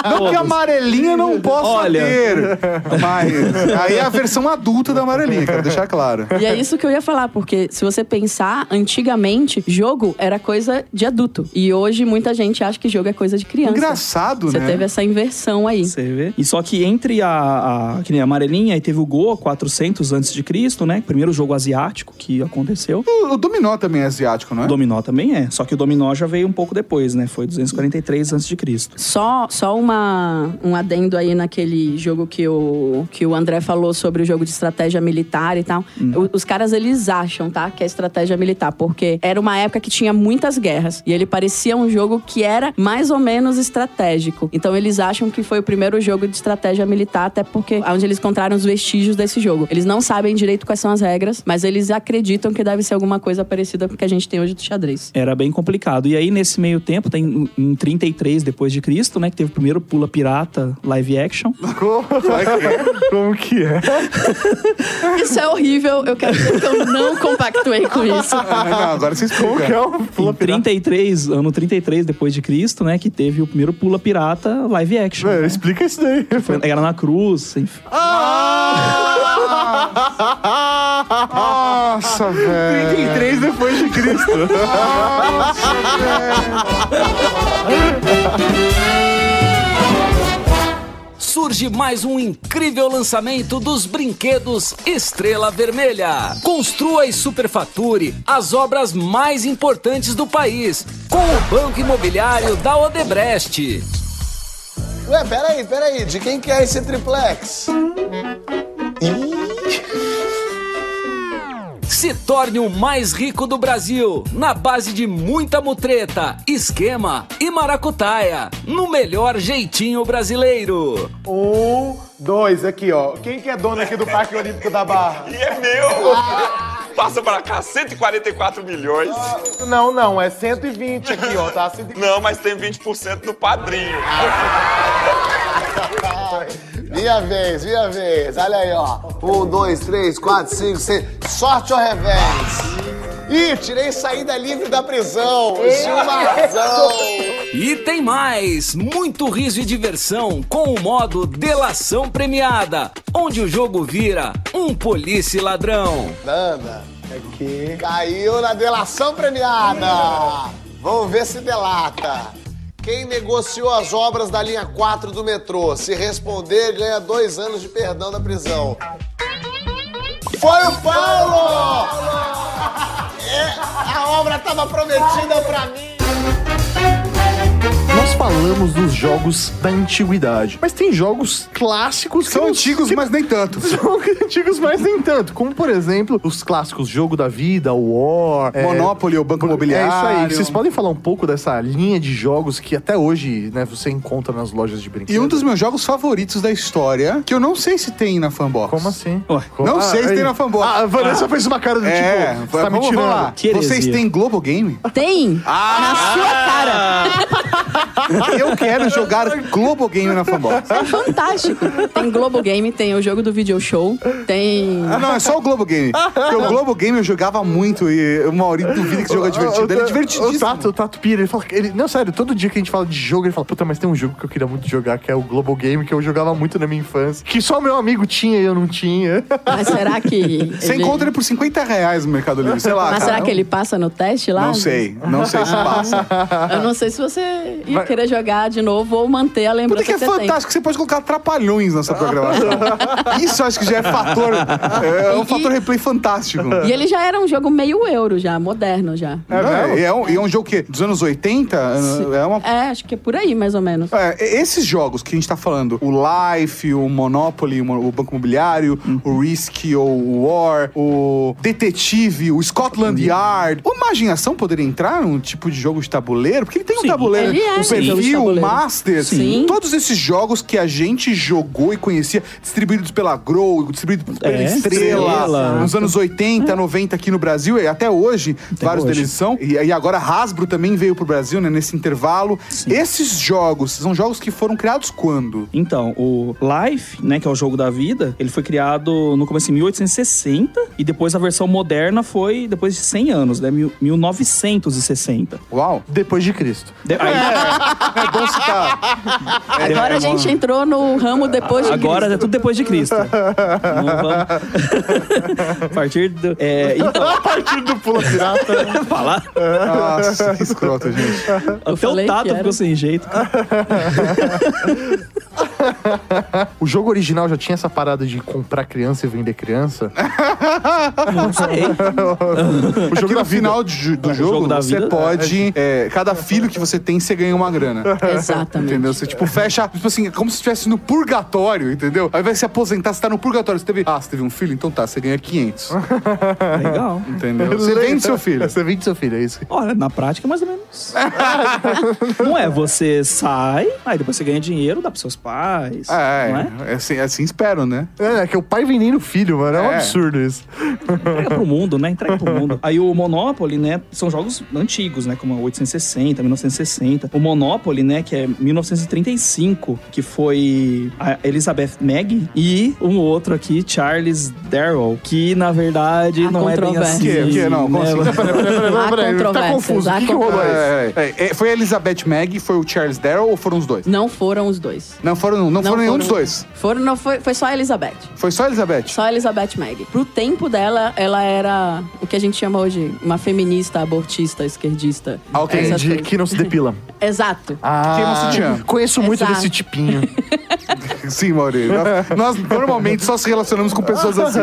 Speaker 1: não que
Speaker 4: Todos.
Speaker 1: a amarelinha não possa
Speaker 4: Olha.
Speaker 1: ter, mas aí é a versão adulta da amarelinha, quero deixar claro.
Speaker 3: E é isso que eu ia falar, porque se você pensar, antigamente, jogo era coisa de adulto. E hoje muita gente acha que jogo é coisa de criança.
Speaker 1: Engraçado,
Speaker 3: Você
Speaker 1: né?
Speaker 3: teve essa inversão aí.
Speaker 4: Você vê. E só que entre a, a que nem a amarelinha, aí teve o Go 400 antes de Cristo, né? Primeiro jogo asiático que aconteceu.
Speaker 1: O, o dominó também é asiático, não é?
Speaker 4: O dominó também é, só que o dominó já veio um pouco depois, né? Foi 243 antes de Cristo.
Speaker 3: Só, só uma, um adendo aí naquele jogo que o, que o André falou sobre o jogo de estratégia militar e tal. O- os caras, eles acham, tá? Que é estratégia militar, porque era uma época que tinha muitas guerras. E ele parecia um jogo que era mais ou menos estratégico. Então eles acham que foi o primeiro jogo de estratégia militar, até porque é onde eles encontraram os vestígios desse jogo. Eles não sabem direito quais são as regras, mas eles acreditam que deve ser alguma coisa parecida com o que a gente tem hoje do xadrez.
Speaker 4: Era bem complicado. E aí, nesse meio tempo, tem um, em 33 depois de Cristo, né? Que teve o primeiro Pula Pirata live action.
Speaker 1: né?
Speaker 11: Como que é?
Speaker 3: Isso é horrível, eu quero dizer que eu não compactuei com isso.
Speaker 1: Ah, não, agora você
Speaker 11: Como que
Speaker 1: explica.
Speaker 11: é o
Speaker 4: Em
Speaker 11: Pula Pirata?
Speaker 4: 33, ano 33 depois de Cristo, né? Que teve o primeiro Pula Pirata live action. Né?
Speaker 11: Velho, explica É, isso daí.
Speaker 4: Foi- Era na cruz, enfim.
Speaker 11: é?
Speaker 1: Nossa, velho.
Speaker 11: 33 depois de Cristo.
Speaker 12: surge mais um incrível lançamento dos brinquedos Estrela Vermelha. Construa e superfature as obras mais importantes do país com o Banco Imobiliário da Odebrecht.
Speaker 13: Ué, peraí, peraí, de quem que é esse triplex?
Speaker 12: Se torne o mais rico do Brasil na base de muita mutreta, esquema e maracutaia, no melhor jeitinho brasileiro.
Speaker 13: Um, dois, aqui, ó. Quem que é dono aqui do Parque Olímpico da Barra?
Speaker 6: E é meu!
Speaker 2: Ah.
Speaker 6: Passa pra cá, 144 milhões.
Speaker 13: Não, não, é 120 aqui, ó, tá? 120.
Speaker 6: Não, mas tem 20% do padrinho.
Speaker 13: Minha vez, minha vez. Olha aí, ó. Um, dois, três, quatro, cinco, seis. Sorte ao revés. Ih, tirei saída livre da prisão. Gilmarzão.
Speaker 12: E tem mais! Muito riso e diversão com o modo Delação Premiada, onde o jogo vira um polícia e ladrão.
Speaker 13: Nanda. Aqui. é Caiu na delação premiada. Vamos ver se delata. Quem negociou as obras da linha 4 do metrô, se responder, ganha dois anos de perdão da prisão. Foi o Paulo! É, a obra estava prometida pra mim.
Speaker 11: Nós falamos dos jogos da antiguidade, mas tem jogos clássicos que
Speaker 1: São
Speaker 11: não-
Speaker 1: antigos,
Speaker 11: que
Speaker 1: mas nem tanto.
Speaker 11: São antigos, mas nem tanto. Como, por exemplo, os clássicos Jogo da Vida, War... é,
Speaker 1: Monopoly, o Banco
Speaker 11: É
Speaker 1: Imobiliário.
Speaker 11: isso aí. Vocês podem falar um pouco dessa linha de jogos que até hoje, né, você encontra nas lojas de brinquedos?
Speaker 1: E um dos meus jogos favoritos da história, que eu não sei se tem na fanbox.
Speaker 11: Como assim?
Speaker 4: Ué,
Speaker 11: Como-
Speaker 1: não sei se tem
Speaker 11: aí.
Speaker 1: na fanbox.
Speaker 11: Ah, a Vanessa fez uma cara do
Speaker 1: É,
Speaker 11: tipo, você
Speaker 1: vai-
Speaker 11: tá me
Speaker 1: vamos- vamos lá.
Speaker 11: tirando.
Speaker 4: Que heresia.
Speaker 1: Vocês têm Globo Game?
Speaker 3: Tem! Na sua cara!
Speaker 1: Eu quero jogar Globo Game na fanbox.
Speaker 3: É fantástico! Tem Globo Game, tem o jogo do video show, tem.
Speaker 1: Ah, não, é só o Globo Game. Porque o Globo Game eu jogava muito e o Maurício duvida que jogo é divertido. Ele é
Speaker 11: O
Speaker 1: divertidíssimo.
Speaker 11: Tato, o Tato Pira, ele fala. que Ele, não, sério, todo dia que a gente fala de jogo, ele fala: Puta, mas tem um jogo que eu queria muito jogar, que é o Global Game, que eu jogava muito na minha infância, que só meu amigo tinha e eu não tinha.
Speaker 3: Mas será que.
Speaker 1: Você
Speaker 3: ele-
Speaker 1: encontra ele por 50 reais no Mercado Livre, sei lá.
Speaker 3: Mas
Speaker 1: cara.
Speaker 3: será que ele Ah, passa no teste lá?
Speaker 1: Não sei, não sei se passa.
Speaker 3: Eu não sei se você ia querer jogar de novo ou manter a
Speaker 1: Puta
Speaker 3: lembrança
Speaker 1: que é
Speaker 3: que você tem.
Speaker 1: fantástico, você pode colocar trapalhões nessa programação. Isso eu acho que já é fator. É um
Speaker 3: E-
Speaker 1: fator replay fantástico.
Speaker 3: E ele já era um jogo meio euro, já, moderno já.
Speaker 1: É, não, e é, um, e é um jogo que dos anos 80 é uma.
Speaker 3: É, acho que é por aí, mais ou menos.
Speaker 1: É, e- esses jogos que a gente tá falando, o Life, o Monopoly, o Mon- o Banco Imobiliário,
Speaker 3: Uhum.
Speaker 1: o Risk ou o War, o Detetive, o
Speaker 3: Uhum.
Speaker 1: Scotland Yard. O Imaginação poderia entrar num tipo de jogo de tabuleiro? Porque ele tem um
Speaker 4: Sim.
Speaker 1: tabuleiro.
Speaker 3: Ele é.
Speaker 1: O
Speaker 3: Sim, Pelos
Speaker 1: Rio,
Speaker 3: tabuleiros.
Speaker 1: Masters,
Speaker 3: Sim.
Speaker 1: todos esses jogos que a gente jogou e conhecia, distribuídos pela Grow, distribuídos pela
Speaker 4: É,
Speaker 1: Estrela,
Speaker 4: Estrela.
Speaker 1: nos anos 80, 90 aqui no Brasil, e até hoje, vários
Speaker 4: hoje.
Speaker 1: deles são. E, e agora Hasbro também veio pro Brasil, né, nesse intervalo. Esses jogos, são jogos que foram criados quando?
Speaker 4: Então, o Life, né, que é o jogo da vida, ele foi criado no começo de 1860 e depois a versão moderna foi depois de 100 anos, né, mil- 1960.
Speaker 1: Uau!
Speaker 11: Depois de Cristo.
Speaker 4: De- aí-
Speaker 1: É bom citar.
Speaker 3: Agora a gente entrou no ramo depois de
Speaker 4: Agora
Speaker 3: Cristo.
Speaker 4: é tudo depois de Cristo. Não vamos- a partir do. É, então,
Speaker 11: A partir do Pula Pirata.
Speaker 4: falar.
Speaker 1: Nossa, que escroto, gente.
Speaker 3: Eu
Speaker 4: Até o
Speaker 3: falei que
Speaker 4: Tato
Speaker 3: era.
Speaker 4: ficou sem jeito.
Speaker 11: o jogo original já tinha essa parada de comprar criança e vender criança.
Speaker 1: É.
Speaker 4: Não sei.
Speaker 1: O jogo no final de- do jogo,
Speaker 4: jogo da
Speaker 1: você
Speaker 4: vida,
Speaker 1: pode. é, cada filho que você tem, você ganha uma grana.
Speaker 3: Exatamente.
Speaker 1: É, Entendeu? Você, tipo, fecha. Tipo assim, é como se estivesse no purgatório, entendeu? Aí vai se aposentar, você tá no purgatório. Você teve. Ah, você teve um filho? Então tá, você ganha 500.
Speaker 4: Legal.
Speaker 1: Entendeu? Você vende seu filho.
Speaker 11: Você vende seu filho, é isso.
Speaker 4: Olha, na prática, mais ou menos. não é, você sai, aí depois você ganha dinheiro, dá pros seus pais. não é?
Speaker 1: É, é, assim, assim espero, né?
Speaker 11: É, é que o pai vendendo o filho, mano. É um
Speaker 1: É.
Speaker 11: absurdo isso.
Speaker 4: Entrega pro mundo, né? Entrega pro mundo. Aí o Monopoly, né? São jogos antigos, né? Como 860, 1960. O Monopoly, né? Que é 1935, que foi a Elizabeth Meg e um outro aqui, Charles Darrow, que na verdade
Speaker 3: Há
Speaker 4: não é bem
Speaker 3: controvérsias.
Speaker 4: assim.
Speaker 1: Que, que, não, como
Speaker 4: né? assim?
Speaker 1: assim? Peraí, peraí, peraí,
Speaker 3: Há
Speaker 1: peraí, peraí, tá
Speaker 3: controvérsias,
Speaker 1: confuso. O
Speaker 3: há
Speaker 1: que, que rolou
Speaker 3: controvérsias.
Speaker 1: aí? É, é, é, Foi a Elizabeth Mag, foi o Charles Darrow ou foram os dois?
Speaker 3: Não foram os dois.
Speaker 1: Não foram, não, foram nenhum dos dois.
Speaker 3: Foram, não, foi, foi só a Elizabeth.
Speaker 1: Foi só a Elizabeth?
Speaker 3: Só a Elizabeth Mag. Pro tempo dela, ela era o que a gente chama hoje uma feminista, abortista, esquerdista.
Speaker 1: Ah, ok.
Speaker 3: Essas
Speaker 11: Entendi
Speaker 3: coisas.
Speaker 11: É, que não se depila. Ah,
Speaker 3: Exato.
Speaker 1: Queima sutiã.
Speaker 11: Conheço muito
Speaker 3: Exato.
Speaker 11: desse tipinho.
Speaker 1: Sim, Mauri. Nós, nós normalmente só se relacionamos com pessoas assim.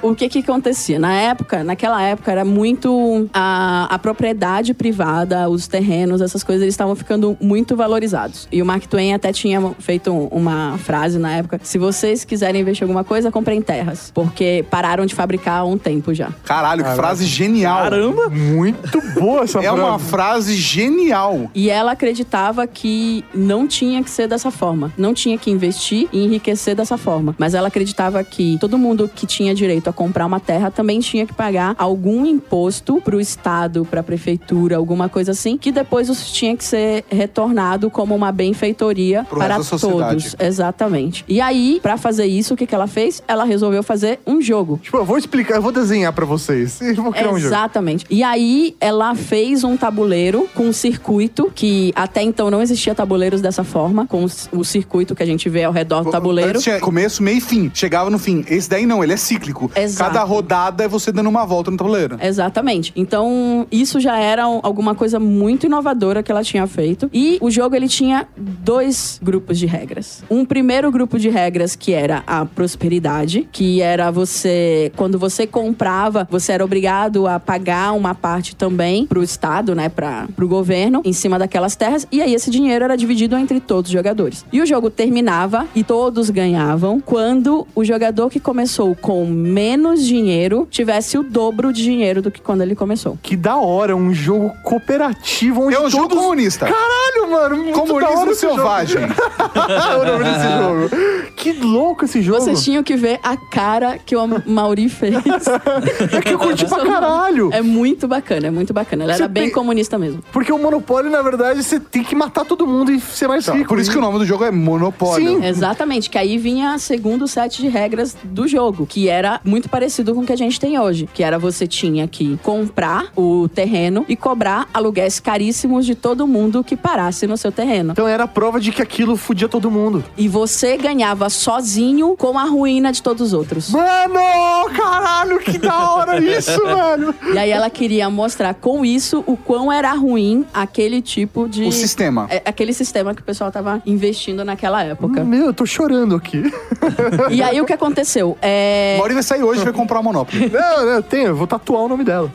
Speaker 3: O que que acontecia? Na época, naquela época, era muito a, a propriedade privada, os terrenos, essas coisas, eles estavam ficando muito valorizados. E o Mark Twain até tinha feito um- uma frase na época, se vocês quiserem investir em alguma coisa, comprem terras. Porque pararam de fabricar há um tempo já.
Speaker 1: Caralho, que frase genial.
Speaker 4: Caramba!
Speaker 11: muito boa essa
Speaker 1: É uma
Speaker 11: frase.
Speaker 1: frase genial.
Speaker 3: E ela acreditava que não tinha que ser dessa forma. Não tinha que investir e enriquecer dessa forma. Mas ela acreditava que todo mundo que tinha direito a comprar uma terra também tinha que pagar algum imposto pro estado, pra prefeitura, alguma coisa assim, que depois isso tinha que ser retornado como uma benfeitoria
Speaker 1: Pro
Speaker 3: para
Speaker 1: resto da sociedade.
Speaker 3: todos. Exatamente. E aí, pra fazer isso, o que que ela fez? Ela resolveu fazer um jogo.
Speaker 11: Tipo, eu vou explicar, eu vou desenhar pra vocês. E vou criar um jogo.
Speaker 3: Exatamente. E aí ela fez um tabuleiro com um circuito que até então não existia tabuleiros dessa forma, com os- o circuito que a gente vê ao redor do tabuleiro.
Speaker 1: Antes tinha começo, meio e fim. Chegava no fim. Esse daí não, ele é cíclico.
Speaker 3: Exato.
Speaker 1: Cada rodada é você dando uma volta no tabuleiro.
Speaker 3: Exatamente. Então, isso já era um- alguma coisa muito inovadora que ela tinha feito. E o jogo ele tinha dois grupos de regras. Um primeiro grupo de regras que era a prosperidade, que era você quando você comprava, você era obrigado a pagar uma parte também pro estado, né, para pro governo em cima daquelas terras, e aí esse dinheiro era dividido entre todos os jogadores. E o jogo terminava e todos ganhavam quando o jogador que começou com menos dinheiro tivesse o dobro de dinheiro do que quando ele começou.
Speaker 11: Que da hora, um jogo cooperativo onde
Speaker 1: É um jogo
Speaker 11: todos...
Speaker 1: comunista.
Speaker 11: Caralho, mano, muito da hora
Speaker 1: Comunismo
Speaker 11: esse jogo.
Speaker 1: selvagem.
Speaker 11: o nome desse jogo. Que louco esse jogo.
Speaker 3: Vocês tinham que ver a cara que o Mauri fez.
Speaker 11: É que eu curti pra caralho.
Speaker 3: É muito bacana, é muito bacana. Ela
Speaker 11: Você
Speaker 3: era bem
Speaker 11: tem-
Speaker 3: comunista mesmo.
Speaker 11: Porque o monopólio, na verdade, você tem que matar todo mundo e ser mais rico.
Speaker 1: Por isso que o nome do jogo é Monopólio.
Speaker 11: Sim.
Speaker 3: Exatamente, que aí vinha o segundo set de regras do jogo, que era muito parecido com o que a gente tem hoje, que era você tinha que comprar o terreno e cobrar aluguéis caríssimos de todo mundo que parasse no seu terreno.
Speaker 11: Então era a prova de que aquilo fudia todo mundo.
Speaker 3: E você ganhava sozinho com a ruína de todos os outros.
Speaker 11: Mano, caralho, que da hora isso, velho.
Speaker 3: E aí ela queria mostrar com isso o quão era ruim aquele tipo de
Speaker 1: O sistema.
Speaker 3: é, aquele sistema que o pessoal tava investindo naquela época.
Speaker 11: Meu, eu tô chorando aqui.
Speaker 3: E aí o que aconteceu? É...
Speaker 1: Mauri vai sair hoje e vai comprar o Monopoly.
Speaker 11: Não, não, eu tenho, eu vou tatuar o nome dela.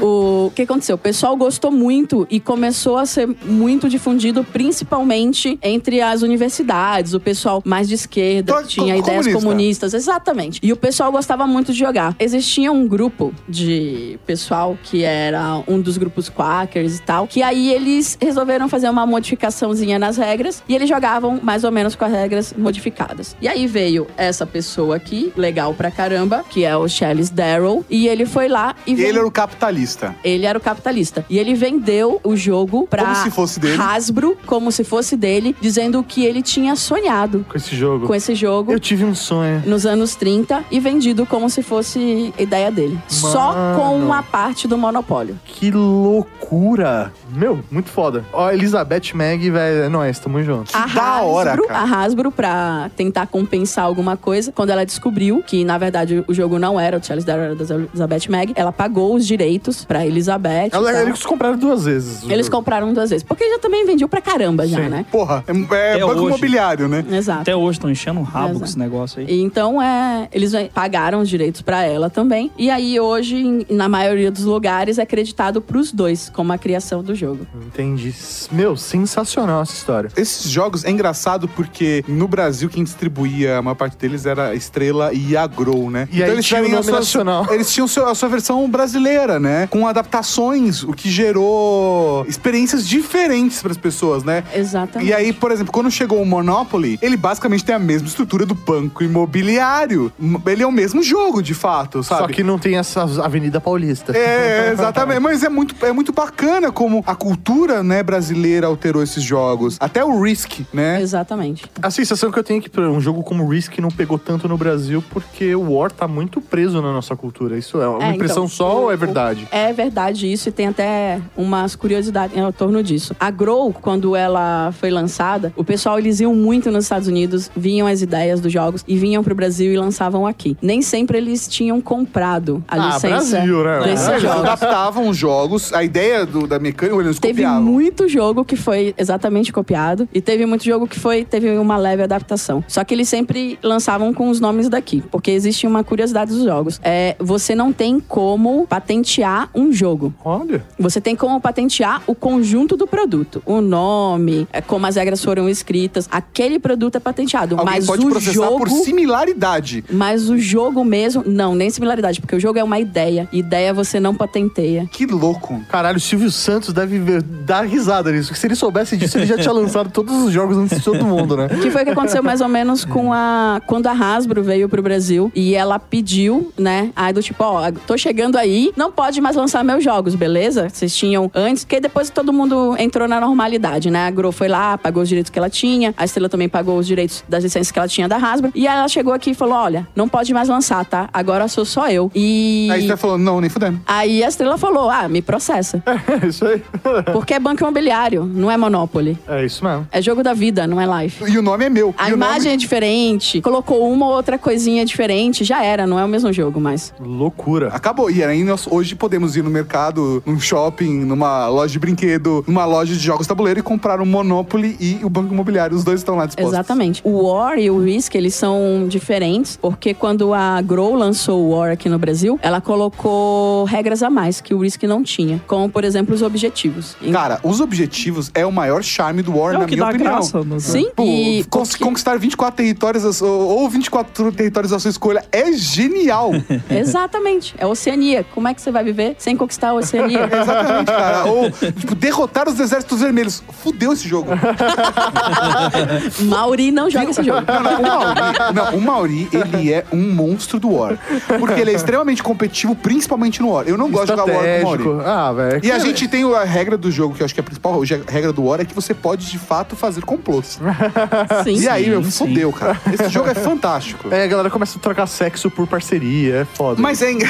Speaker 3: O que que aconteceu? O pessoal gostou muito e começou a ser muito difundido, principalmente entre as universidades, o pessoal mais de esquerda,
Speaker 1: Co- co-
Speaker 3: tinha ideias
Speaker 1: comunista.
Speaker 3: comunistas, exatamente. E o pessoal gostava muito de jogar. Existia um grupo de pessoal que era um dos grupos quackers e tal, que aí eles resolveram fazer uma modificaçãozinha nas regras e eles jogavam mais ou menos com as regras modificadas. E aí veio essa pessoa aqui, legal pra caramba, que é o Charles Darrow, e ele foi lá e
Speaker 1: Ele
Speaker 3: vendeu-
Speaker 1: era o capitalista.
Speaker 3: ele era o capitalista. E ele vendeu o jogo pra
Speaker 1: Como se fosse dele.
Speaker 3: Hasbro, como se fosse dele, dizendo que ele tinha sonhado
Speaker 11: Com esse jogo.
Speaker 3: com esse jogo
Speaker 11: Eu tive um sonho.
Speaker 3: nos anos 30 e vendido como se fosse ideia dele. Só com uma parte do monopólio.
Speaker 11: Que loucura! Meu, muito foda. Ó, Elizabeth Mag, velho, é nóis, tamo junto.
Speaker 3: A
Speaker 1: da hora,
Speaker 3: Hasbro,
Speaker 1: cara.
Speaker 3: a Hasbro, pra tentar compensar alguma coisa, quando ela descobriu que, na verdade, o jogo não era o Charles Darrow, era da Elizabeth Mag, ela pagou os direitos pra Elizabeth. e
Speaker 11: Ela-
Speaker 3: tal.
Speaker 11: Eles compraram duas vezes. o
Speaker 3: Tá. Eles
Speaker 11: jogo.
Speaker 3: compraram duas vezes. Porque ele já também vendiam pra caramba, já,
Speaker 4: Sim.
Speaker 3: né?
Speaker 1: Porra, é, é
Speaker 4: Até
Speaker 1: banco
Speaker 4: hoje.
Speaker 1: imobiliário, né?
Speaker 3: Exato.
Speaker 4: Até hoje estão enchendo o rabo com
Speaker 3: Exato.
Speaker 4: esse negócio aí.
Speaker 3: E Então, é, eles ve- pagaram os direitos pra ela também. E aí, hoje, em- na maioria dos lugares, é acreditado pros dois como a criação do jogo.
Speaker 11: Entendi. Meu, sensacional essa história.
Speaker 1: Esses jogos é engraçado porque no Brasil quem distribuía a maior parte deles era a Estrela e a Grow, né?
Speaker 11: E aí tinha o
Speaker 1: tiveram
Speaker 11: nome nacional.
Speaker 1: Eles tinham seu- a sua versão brasileira, né? Com adaptações, o que gerou experiências diferentes pras pessoas, né?
Speaker 3: Exatamente.
Speaker 1: E aí, por exemplo, quando chegou o Monopoly, ele basicamente tem a mesma estrutura do banco imobiliário. M- Ele é o mesmo jogo, de fato, sabe?
Speaker 11: Só que não tem essa Avenida Paulista.
Speaker 1: É, exatamente. Mas é muito, é muito bacana como a cultura, né, brasileira alterou esses jogos. Até o Risk, né?
Speaker 3: Exatamente.
Speaker 11: A sensação que eu tenho é que por exemplo, um jogo como Risk não pegou tanto no Brasil porque o War tá muito preso na nossa cultura. Isso é uma
Speaker 3: É, então,
Speaker 11: impressão só
Speaker 3: o-
Speaker 11: ou é verdade?
Speaker 3: É verdade isso, e tem até umas curiosidades em torno disso. A Grow, quando ela foi lançada, o pessoal eles iam muito nos Estados Unidos, vinham as ideias dos jogos e vinham pro Brasil e lançavam aqui. Nem sempre eles tinham comprado a
Speaker 11: Ah,
Speaker 3: licença
Speaker 11: Brasil, né?
Speaker 3: desses
Speaker 1: Ah, eles
Speaker 3: jogos.
Speaker 1: adaptavam os jogos, a ideia do- da mecânica, eles
Speaker 3: Teve
Speaker 1: copiavam.
Speaker 3: muito jogo que foi exatamente copiado e teve muito jogo que foi teve uma leve adaptação. Só que eles sempre lançavam com os nomes daqui, porque existe uma curiosidade dos jogos. É, você não tem como patentear um jogo.
Speaker 11: Olha.
Speaker 3: Você tem como patentear o conjunto do produto, o nome, é, como as regras foram escritas. Aquele produto é patenteado,
Speaker 1: Alguém
Speaker 3: mas
Speaker 1: pode
Speaker 3: o
Speaker 1: processar
Speaker 3: jogo
Speaker 1: por similaridade.
Speaker 3: mas o jogo mesmo, não, nem similaridade, porque o jogo é uma ideia. Ideia você não patenteia.
Speaker 1: Que louco.
Speaker 11: Caralho, o Silvio Santos deve ver- dar risada nisso. Se ele soubesse disso, ele já tinha lançado todos os jogos antes de todo mundo, né?
Speaker 3: Que foi o que aconteceu mais ou menos com a. Quando a Hasbro veio pro Brasil e ela pediu, né? Aí do tipo, ó, tô chegando aí, não pode mais lançar meus jogos, beleza? Vocês tinham antes, porque depois todo mundo entrou na normalidade, né? A Gro foi lá, pagou os direitos que ela tinha, a Estrela também pagou os direitos das licenças que ela tinha da Hasbro. E aí ela chegou aqui e falou: olha, não pode mais lançar, tá? Agora sou só eu. E.
Speaker 1: Aí você falou, não, nem fudendo.
Speaker 3: Aí a Estrela falou: ah, me processa.
Speaker 11: É isso aí.
Speaker 3: Porque é banco imobiliário, não é Monopoly.
Speaker 11: É isso mesmo.
Speaker 3: É jogo da vida, não é life.
Speaker 1: E o nome é meu.
Speaker 3: A
Speaker 1: E o nome-
Speaker 3: imagem é diferente, colocou uma ou outra coisinha diferente, já era, não é o mesmo jogo mais.
Speaker 11: Loucura.
Speaker 1: Acabou. E aí nós hoje podemos ir no mercado, num shopping, numa loja de brinquedo, numa loja de jogos tabuleiro e comprar o Monopoly e o Banco Imobiliário. Os dois estão lá dispostos.
Speaker 3: Exatamente. O War e o Risk, eles são diferentes, porque quando a Grow lançou o War aqui no Brasil, ela colocou regras a mais que o Risk não tinha, como, por exemplo, os objetivos. Em-
Speaker 1: Cara, os objetivos é o maior charme do War,
Speaker 4: É
Speaker 1: na
Speaker 4: o que
Speaker 1: minha
Speaker 4: dá
Speaker 1: opinião.
Speaker 4: graça. Nos...
Speaker 3: Sim,
Speaker 1: Pô,
Speaker 3: e
Speaker 1: cons- conquistar 24 territórios à su- ou 24 territórios à sua escolha é genial.
Speaker 3: Exatamente. É a Oceania. Como é que você vai viver sem conquistar a Oceania?
Speaker 1: Exatamente, cara. Ou, tipo, derrotar os exércitos vermelhos. Fudeu esse jogo.
Speaker 3: Mauri não joga esse jogo.
Speaker 1: Não, não, o Mauri, não, o Mauri, ele é um monstro do War. Porque ele é extremamente competitivo, principalmente no War. Eu não gosto de jogar War com o Mauri.
Speaker 11: Estratégico. Ah, velho.
Speaker 1: E a gente tem a regra do jogo, que eu acho que é a principal hoje, a regra do War, é que você pode, de fato, fazer complôs.
Speaker 3: Sim.
Speaker 1: E aí, meu,
Speaker 4: sim.
Speaker 1: fudeu, cara. Esse jogo é fantástico.
Speaker 11: É, a galera começa a trocar sexo por parceria, é foda.
Speaker 1: Mas é. engra-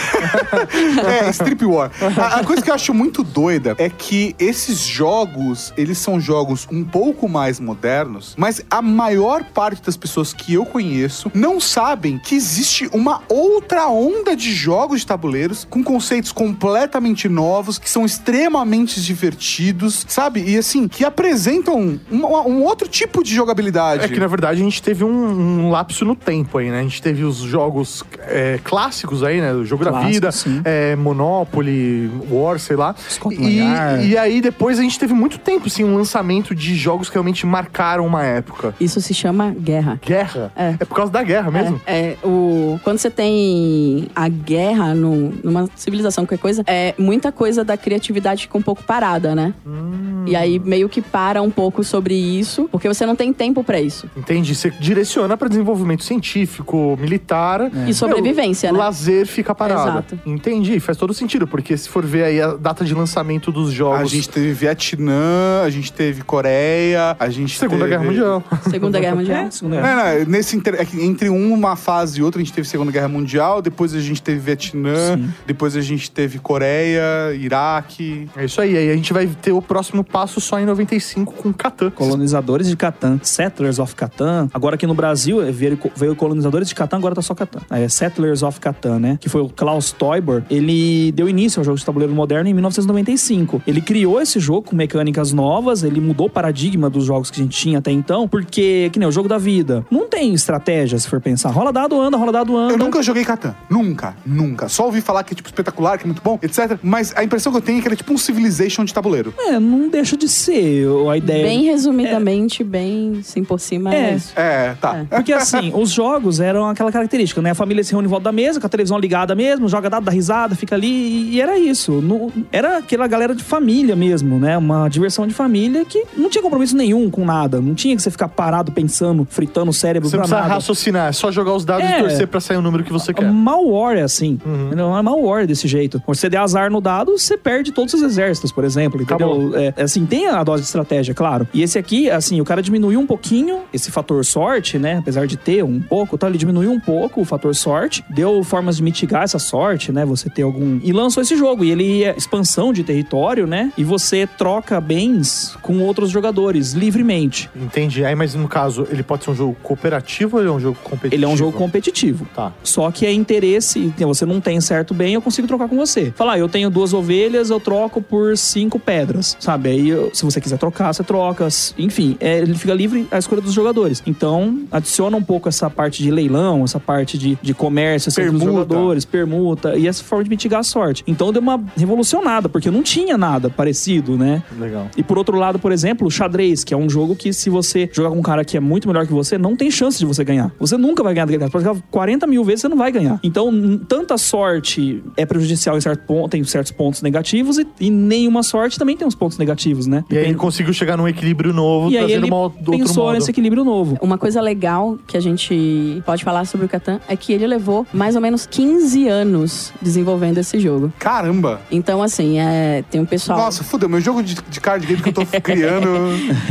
Speaker 1: é, Strip War. A, a coisa que eu acho muito doida é que esses jogos, eles são jogos um pouco mais modernos, mas a maior parte das pessoas que eu conheço não sabem que existe uma outra onda de jogos de tabuleiros com conceitos completamente novos, que são extremamente divertidos, sabe? E assim, que apresentam um, um outro tipo de jogabilidade.
Speaker 11: É que na verdade a gente teve um, um lapso no tempo aí, né? A gente teve os jogos é, clássicos aí, né? O jogo da
Speaker 4: Clássico,
Speaker 11: vida,
Speaker 4: sim.
Speaker 11: é, Monopoly, War, sei lá.
Speaker 4: Scotland
Speaker 11: E,
Speaker 4: Yard.
Speaker 11: e aí depois a gente teve muito tempo, assim, um lançamento de jogos que realmente marcaram uma época.
Speaker 3: Isso se chama guerra.
Speaker 11: Guerra?
Speaker 3: É.
Speaker 11: por causa da guerra mesmo?
Speaker 3: É, é, o... Quando você tem a guerra num- numa civilização, qualquer coisa, é muita coisa da criatividade fica um pouco parada, né?
Speaker 4: Hum.
Speaker 3: E aí meio que para um pouco sobre isso, porque você não tem tempo pra isso.
Speaker 11: Entende? Você direciona pra desenvolvimento científico, militar.
Speaker 4: É.
Speaker 3: E sobrevivência,
Speaker 11: Meu,
Speaker 3: né?
Speaker 11: Lazer fica parado.
Speaker 3: Exato.
Speaker 11: Entendi, faz todo sentido, porque se for ver aí a data de lançamento dos jogos.
Speaker 1: A gente teve Vietnã, a gente teve Coreia, a gente
Speaker 11: Segunda
Speaker 1: teve-
Speaker 11: Guerra Mundial.
Speaker 3: Segunda Guerra Mundial.
Speaker 4: É, segunda guerra.
Speaker 1: É, não, nesse inter- é que entre uma fase e outra, a gente teve Segunda Guerra Mundial, depois a gente teve Vietnã, depois a gente teve Coreia, Iraque.
Speaker 11: É isso aí, aí a gente vai ter o próximo passo só em 95 com Catan.
Speaker 4: Colonizadores de Catan, Settlers of Catan. Agora aqui no Brasil eh, veio, veio Colonizadores de Catan, agora tá só Catan. É Settlers of Catan, né? Que foi o Klaus Teuber. Ele deu início ao jogo de tabuleiro moderno em 1995. Ele criou esse jogo com mecânicas novas, ele mudou o paradigma dos jogos que a gente tinha até então, porque, que nem o jogo da vida, não tem estratégia, se for pensar. Rola dado, anda, rola dado, anda.
Speaker 1: Eu nunca joguei Catan. Nunca, nunca. Só ouvi falar que é tipo espetacular, que é muito bom, etc. Mas a impressão que eu tenho é que ele é tipo um Civilization de tabuleiro.
Speaker 4: É, não deixa de ser a ideia.
Speaker 3: Bem resumidamente, bem assim por cima, é,
Speaker 4: É.
Speaker 3: isso.
Speaker 1: É, tá.
Speaker 4: Porque assim, os jogos eram aquela característica, né? A família se reúne em volta da mesa, com a televisão ligada mesmo, joga dado, dá risada, fica ali. E, e era isso. Não- era aquela galera de família mesmo, né? Uma diversão de família que não tinha compromisso nenhum com nada. Não tinha que você ficar parado pensando, fritando o cérebro
Speaker 11: Você não
Speaker 4: pra
Speaker 11: precisa
Speaker 4: nada.
Speaker 11: raciocinar, é só jogar os dados
Speaker 4: É.
Speaker 11: e torcer pra sair o número que você
Speaker 4: A
Speaker 11: quer. Uhum.
Speaker 4: malware é assim. Não é malware desse jeito. Quando você der azar no dado, você perde todos os exércitos, por exemplo. Entendeu?
Speaker 11: Acabou.
Speaker 4: É, assim, tem a dose de estratégia, claro. E esse aqui, assim, o cara diminuiu um pouquinho esse fator sorte, né? Apesar de ter um pouco, tá? Ele diminuiu um pouco o fator sorte, deu formas de mitigar essa sorte, né? Você ter algum. E lançou esse jogo. E ele é expansão de território, né? E você troca bens com outros jogadores livremente.
Speaker 11: Entendi. Aí, mas no caso, ele pode ser um jogo cooperativo ou ele é um jogo competitivo?
Speaker 4: Ele é um jogo competitivo.
Speaker 11: Tá.
Speaker 4: Só que é interesse, você não tem certo bem, eu consigo trocar com você. Falar, "Ah, eu tenho duas ovelhas, eu troco por cinco pedras, sabe? Aí, eu- se você quiser trocar, você troca. s- Enfim, é, ele fica livre à escolha dos jogadores. Então, adiciona um pouco essa parte de leilão, essa parte de, de comércio assim, entre os
Speaker 1: Permuta.
Speaker 4: jogadores, permuta, e essa forma de mitigar a sorte. Então, deu uma revolucionada, porque não tinha nada parecido, né?
Speaker 11: Legal.
Speaker 4: E por outro lado, por exemplo, o xadrez, que é um jogo que se você jogar com um cara que é muito melhor que você, não tem chance de você ganhar. Você nunca vai ganhar daquele cara. Você pode jogar 40 mil vezes, você não vai ganhar. Então, n- tanta sorte é prejudicial em certo ponto, tem certos pontos negativos, e, e nenhuma sorte também tem uns pontos negativos, né?
Speaker 11: E aí ele conseguiu chegar num equilíbrio novo,
Speaker 4: E aí
Speaker 11: trazendo
Speaker 4: ele
Speaker 11: uma, outro
Speaker 4: pensou
Speaker 11: modo.
Speaker 4: nesse equilíbrio novo.
Speaker 3: Uma coisa legal que a gente pode falar sobre o Catan é que ele levou mais ou menos 15 anos desenvolvendo esse jogo.
Speaker 1: Caramba!
Speaker 3: Então, assim, é, tem um pessoal.
Speaker 1: Nossa, fudeu, meu jogo de, de card game que eu tô criando.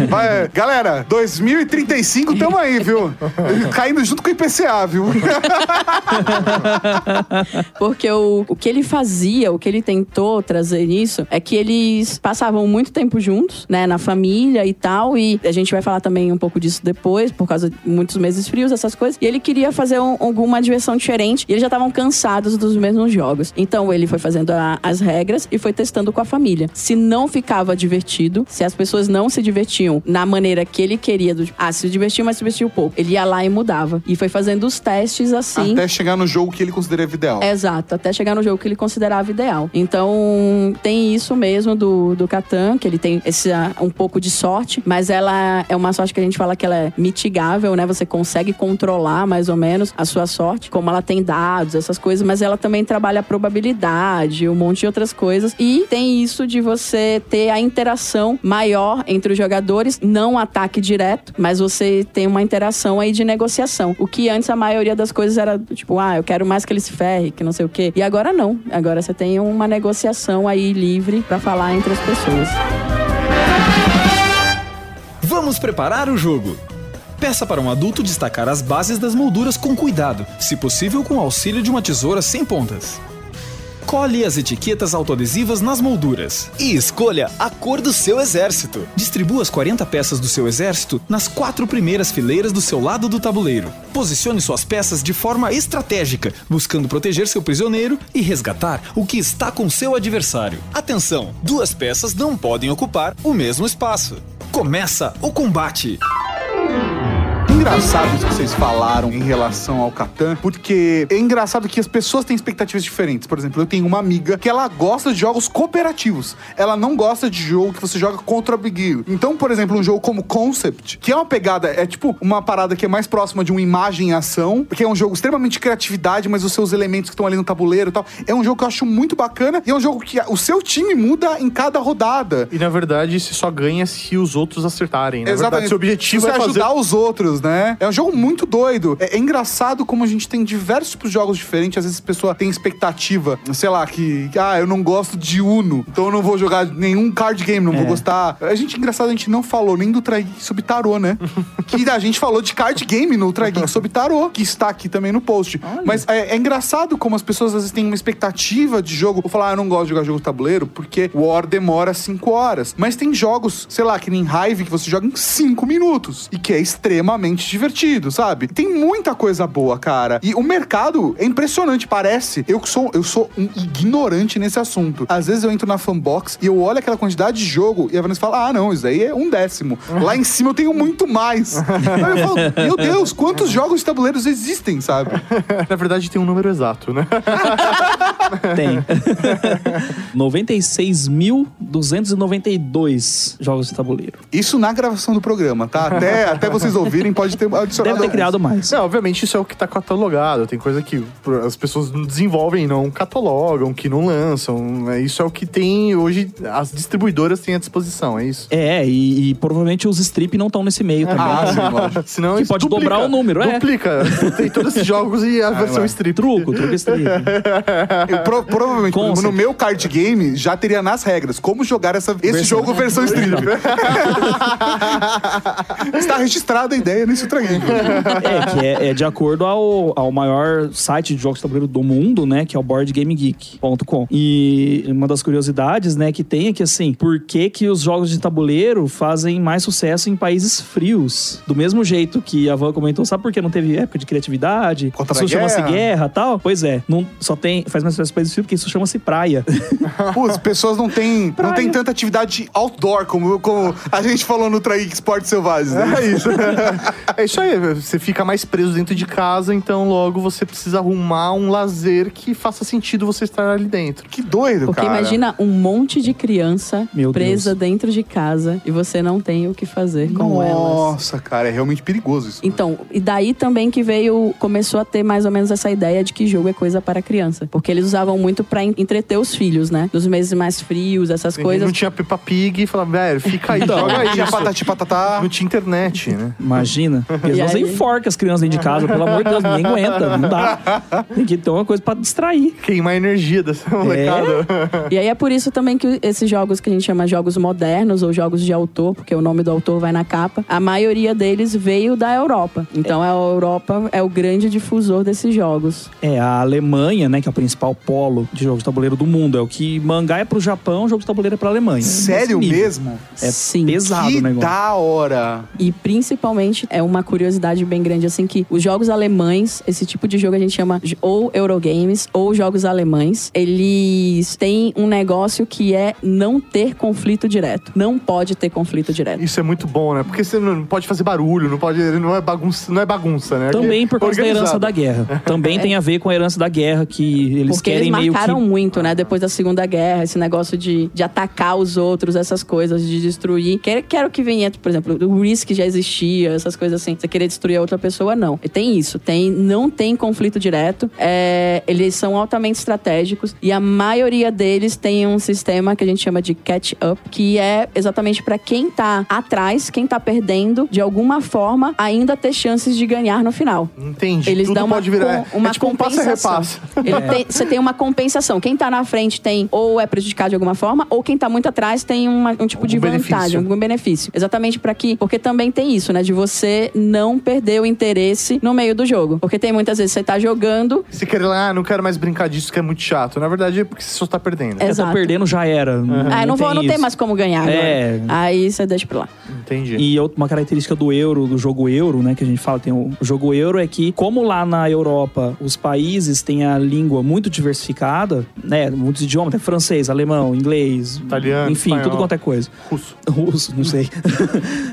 Speaker 1: Vai, galera, 2035 tamo aí, viu? Caindo junto com o IPCA, viu?
Speaker 3: Porque o, o que ele fazia, o que ele tentou trazer nisso, é que eles passavam muito tempo juntos, né? Na família e tal. E a gente vai falar também um pouco disso depois, por causa de muitos meses frios, essas coisas. E ele queria fazer um- alguma diversão diferente. E eles já estavam cansados dos mesmos jogos. Então ele foi fazendo a- as regras e foi testando com a família. Se não ficava divertido, se as pessoas não se divertiam na maneira que ele queria, do, tipo, ah, se divertiu, mas se divertiu pouco. Ele ia lá e mudava. E foi fazendo os testes assim.
Speaker 1: Até chegar no jogo que ele considerava ideal.
Speaker 3: Exato, até chegar no jogo que ele considerava ideal. Então, tem isso mesmo do, do Catan, que ele tem esse, ah, um pouco de sorte, mas ela é uma sorte que a gente fala que ela é mitigável, né? Você consegue controlar mais ou menos a sua sorte, como ela tem dados, essas coisas, mas ela também trabalha a probabilidade, um monte de outras coisas. E tem isso de você ter a interação maior entre os jogadores, não ataque direto, mas você tem uma interação aí de negociação. O que antes a maioria das coisas era do tipo, ah, eu quero mais que ele se ferre, que não sei o quê. E agora não. Agora você tem uma negociação aí livre pra falar entre as pessoas.
Speaker 14: Vamos preparar o jogo. Peça para um adulto destacar as bases das molduras com cuidado, se possível com o auxílio de uma tesoura sem pontas. Cole as etiquetas autoadesivas nas molduras.
Speaker 15: E escolha a cor do seu exército.
Speaker 14: Distribua as 40 peças do seu exército nas quatro primeiras fileiras do seu lado do tabuleiro. Posicione suas peças de forma estratégica, buscando proteger seu prisioneiro e resgatar o que está com seu adversário.
Speaker 15: Atenção, duas peças não podem ocupar o mesmo espaço.
Speaker 14: Começa o combate!
Speaker 1: engraçado isso que vocês falaram em relação ao Catan, porque é engraçado que as pessoas têm expectativas diferentes. Por exemplo, eu tenho uma amiga que ela gosta de jogos cooperativos. Ela não gosta de jogo que você joga contra Abigail. Então, por exemplo, um jogo como Concept, que é uma pegada, é tipo uma parada que é mais próxima de uma imagem e ação, porque é um jogo extremamente de criatividade, mas os seus elementos que estão ali no tabuleiro e tal. É um jogo que eu acho muito bacana e é um jogo que o seu time muda em cada rodada.
Speaker 8: E na verdade, você só ganha se os outros acertarem. Na né? verdade, seu objetivo
Speaker 1: Você
Speaker 8: é fazer...
Speaker 1: ajudar os outros, né? É um jogo muito doido. É, é engraçado como a gente tem diversos tipos de jogos diferentes. Às vezes a pessoa tem expectativa, sei lá, que ah, eu não gosto de Uno, então eu não vou jogar nenhum card game,
Speaker 8: É.
Speaker 1: não vou gostar. A gente, engraçado, a gente não falou nem do Ultra Geek sobre tarô, né? que a gente falou de card game no Ultra Geek sobre tarô, que está aqui também no post. Mas é, é engraçado como as pessoas às vezes têm uma expectativa de jogo. Vou falar, ah, eu não gosto de jogar jogo de tabuleiro porque War demora 5 horas. Mas tem jogos, sei lá, que nem Hive, que você joga em 5 minutos e que é extremamente divertido, sabe? Tem muita coisa boa, cara. E o mercado é impressionante, parece. Eu que sou, eu sou um ignorante nesse assunto. Às vezes eu entro na fanbox e eu olho aquela quantidade de jogo e a Vanessa fala: ah, não, isso daí é um décimo. Lá em cima eu tenho muito mais. Aí eu falo, meu Deus, quantos jogos de tabuleiros existem, sabe?
Speaker 8: Na verdade, tem um número exato, né?
Speaker 11: É.
Speaker 4: Tem. 96.292 jogos de tabuleiro.
Speaker 1: Isso na gravação do programa, tá? Até, até vocês ouvirem, pode ter adicionado.
Speaker 4: Deve ter criado mais.
Speaker 8: Não, obviamente isso é o que tá catalogado. Tem coisa que pô, as pessoas não desenvolvem, não catalogam, que não lançam. né? Isso é o que tem hoje, as distribuidoras têm à disposição, é isso?
Speaker 4: É, e, e provavelmente os strip não estão nesse meio também.
Speaker 8: Ah, sim, lógico. Senão
Speaker 4: que
Speaker 8: isso
Speaker 4: pode
Speaker 8: duplica,
Speaker 4: dobrar o número, é.
Speaker 8: Duplica. Tem todos esses jogos e a versão strip.
Speaker 4: Truco, truco strip.
Speaker 1: Eu pro- provavelmente,
Speaker 4: Concept.
Speaker 1: no meu card game, já teria nas regras como jogar essa, esse jogo versão stream. Está registrada a ideia nesse Ultra Game.
Speaker 4: É, que é, é de acordo ao, ao maior site de jogos de tabuleiro do mundo, né? Que é o boardgamegeek.com. E uma das curiosidades, né, que tem é que, assim, por que que os jogos de tabuleiro fazem mais sucesso em países frios? Do mesmo jeito que a Van comentou, sabe por que não teve época de criatividade?
Speaker 1: Contra a
Speaker 4: isso chama-se
Speaker 1: guerra.
Speaker 4: guerra e tal? Pois é, não, só tem, faz mais sucesso em países frios porque isso chama-se praia.
Speaker 1: Pô, as pessoas não têm, não têm tanta atividade outdoor como, como a gente falou no Ultra Geek Esportes Selvagens. né?
Speaker 8: É isso. é isso aí. Você fica mais preso dentro de casa, então logo você precisa arrumar um lazer que faça sentido você estar ali dentro.
Speaker 1: Que doido,
Speaker 3: Porque
Speaker 1: cara.
Speaker 3: imagina um monte de criança
Speaker 4: Meu
Speaker 3: presa dentro de casa e você não tem o que fazer com elas.
Speaker 1: Nossa, cara, é realmente perigoso isso.
Speaker 3: Então, e daí também que veio, começou a ter mais ou menos essa ideia de que jogo é coisa para criança. Porque eles usavam muito pra en- entreter os filhos, né? Nos meses mais frios, essas
Speaker 8: Coisa...
Speaker 3: coisas.
Speaker 8: Não tinha Peppa Pig e falava, velho, fica aí,
Speaker 3: Então, é
Speaker 8: joga
Speaker 1: Tinha
Speaker 8: isso.
Speaker 1: patati patatá.
Speaker 8: Não tinha internet, né?
Speaker 4: Imagina. Porque
Speaker 3: E
Speaker 4: senão você
Speaker 3: aí?
Speaker 4: enforca as crianças dentro de casa, pelo amor de Deus, ninguém aguenta, não dá. Tem que ter uma coisa pra distrair.
Speaker 8: Queimar a energia dessa molecada.
Speaker 3: E aí é por isso também que esses jogos que a gente chama jogos modernos ou jogos de autor, porque o nome do autor vai na capa, a maioria deles veio da Europa. Então a Europa é o grande difusor desses jogos.
Speaker 4: É, a Alemanha, né, que é o principal polo de jogos de tabuleiro do mundo. É o que mangá é pro Japão, jogo de tabuleiro é pra Alemanha.
Speaker 1: Sério
Speaker 4: Nesse nível.
Speaker 1: mesmo?
Speaker 4: É
Speaker 3: Sim.
Speaker 4: pesado
Speaker 1: que
Speaker 4: o negócio.
Speaker 1: da hora.
Speaker 3: E principalmente é uma curiosidade bem grande assim que os jogos alemães, esse tipo de jogo a gente chama de ou Eurogames ou jogos alemães, eles têm um negócio que é não ter conflito direto. Não pode ter conflito direto.
Speaker 8: Isso é muito bom, né? Porque você não pode fazer barulho, não pode. Não é bagunça, não é bagunça né?
Speaker 4: Também por causa da herança
Speaker 8: Organizado.
Speaker 4: da guerra. Também tem a ver com a herança da guerra, que eles
Speaker 3: É. Porque eles
Speaker 4: querem meio que.
Speaker 3: marcaram muito, né? Depois da Segunda Guerra, esse negócio de, de atacar os outros, essas coisas, de destruir. Quero, quero que venha, por exemplo, o Risk já existia, essas coisas assim. Você querer destruir a outra pessoa, não. E tem isso. Tem, não tem conflito direto. É, eles são altamente estratégicos. E a maioria deles tem um sistema que a gente chama de catch-up, que é exatamente pra quem tá atrás, quem tá perdendo, de alguma forma, ainda ter chances de ganhar no final.
Speaker 8: Entendi.
Speaker 3: Eles
Speaker 8: Tudo
Speaker 3: dão uma,
Speaker 8: pode virar.
Speaker 3: com- uma
Speaker 8: é tipo um passa
Speaker 3: compensação.
Speaker 8: repassa. É.
Speaker 3: Ele tem- você tem uma compensação. Quem tá na frente tem ou é prejudicado de alguma forma, ou quem tá muito atrás tem uma- um tipo de
Speaker 8: Algum
Speaker 3: vantagem,
Speaker 8: benefício.
Speaker 3: algum benefício. Exatamente pra que. Porque também tem isso, né? De você não perder o interesse no meio do jogo. Porque tem muitas vezes que você tá jogando.
Speaker 8: Você quer ir lá, ah, não quero mais brincar disso, que é muito chato. Na verdade, é porque você só tá perdendo.
Speaker 4: Eu tô
Speaker 3: Exato.
Speaker 4: perdendo, já era.
Speaker 3: ah, eu não vou,
Speaker 4: tem
Speaker 3: não tem
Speaker 4: isso.
Speaker 3: mais como ganhar agora.
Speaker 4: É.
Speaker 3: Aí você deixa pra lá.
Speaker 8: Entendi.
Speaker 4: E é outra- uma característica do euro, do jogo euro, né, que a gente fala, tem o o jogo euro é que como lá na Europa os países têm a língua muito diversificada, né? Muitos idiomas, até francês, alemão, inglês,
Speaker 8: Italiano,
Speaker 4: enfim,
Speaker 8: espanhol.
Speaker 4: tudo quanto é coisa.
Speaker 8: Russo.
Speaker 4: Russo, não sei.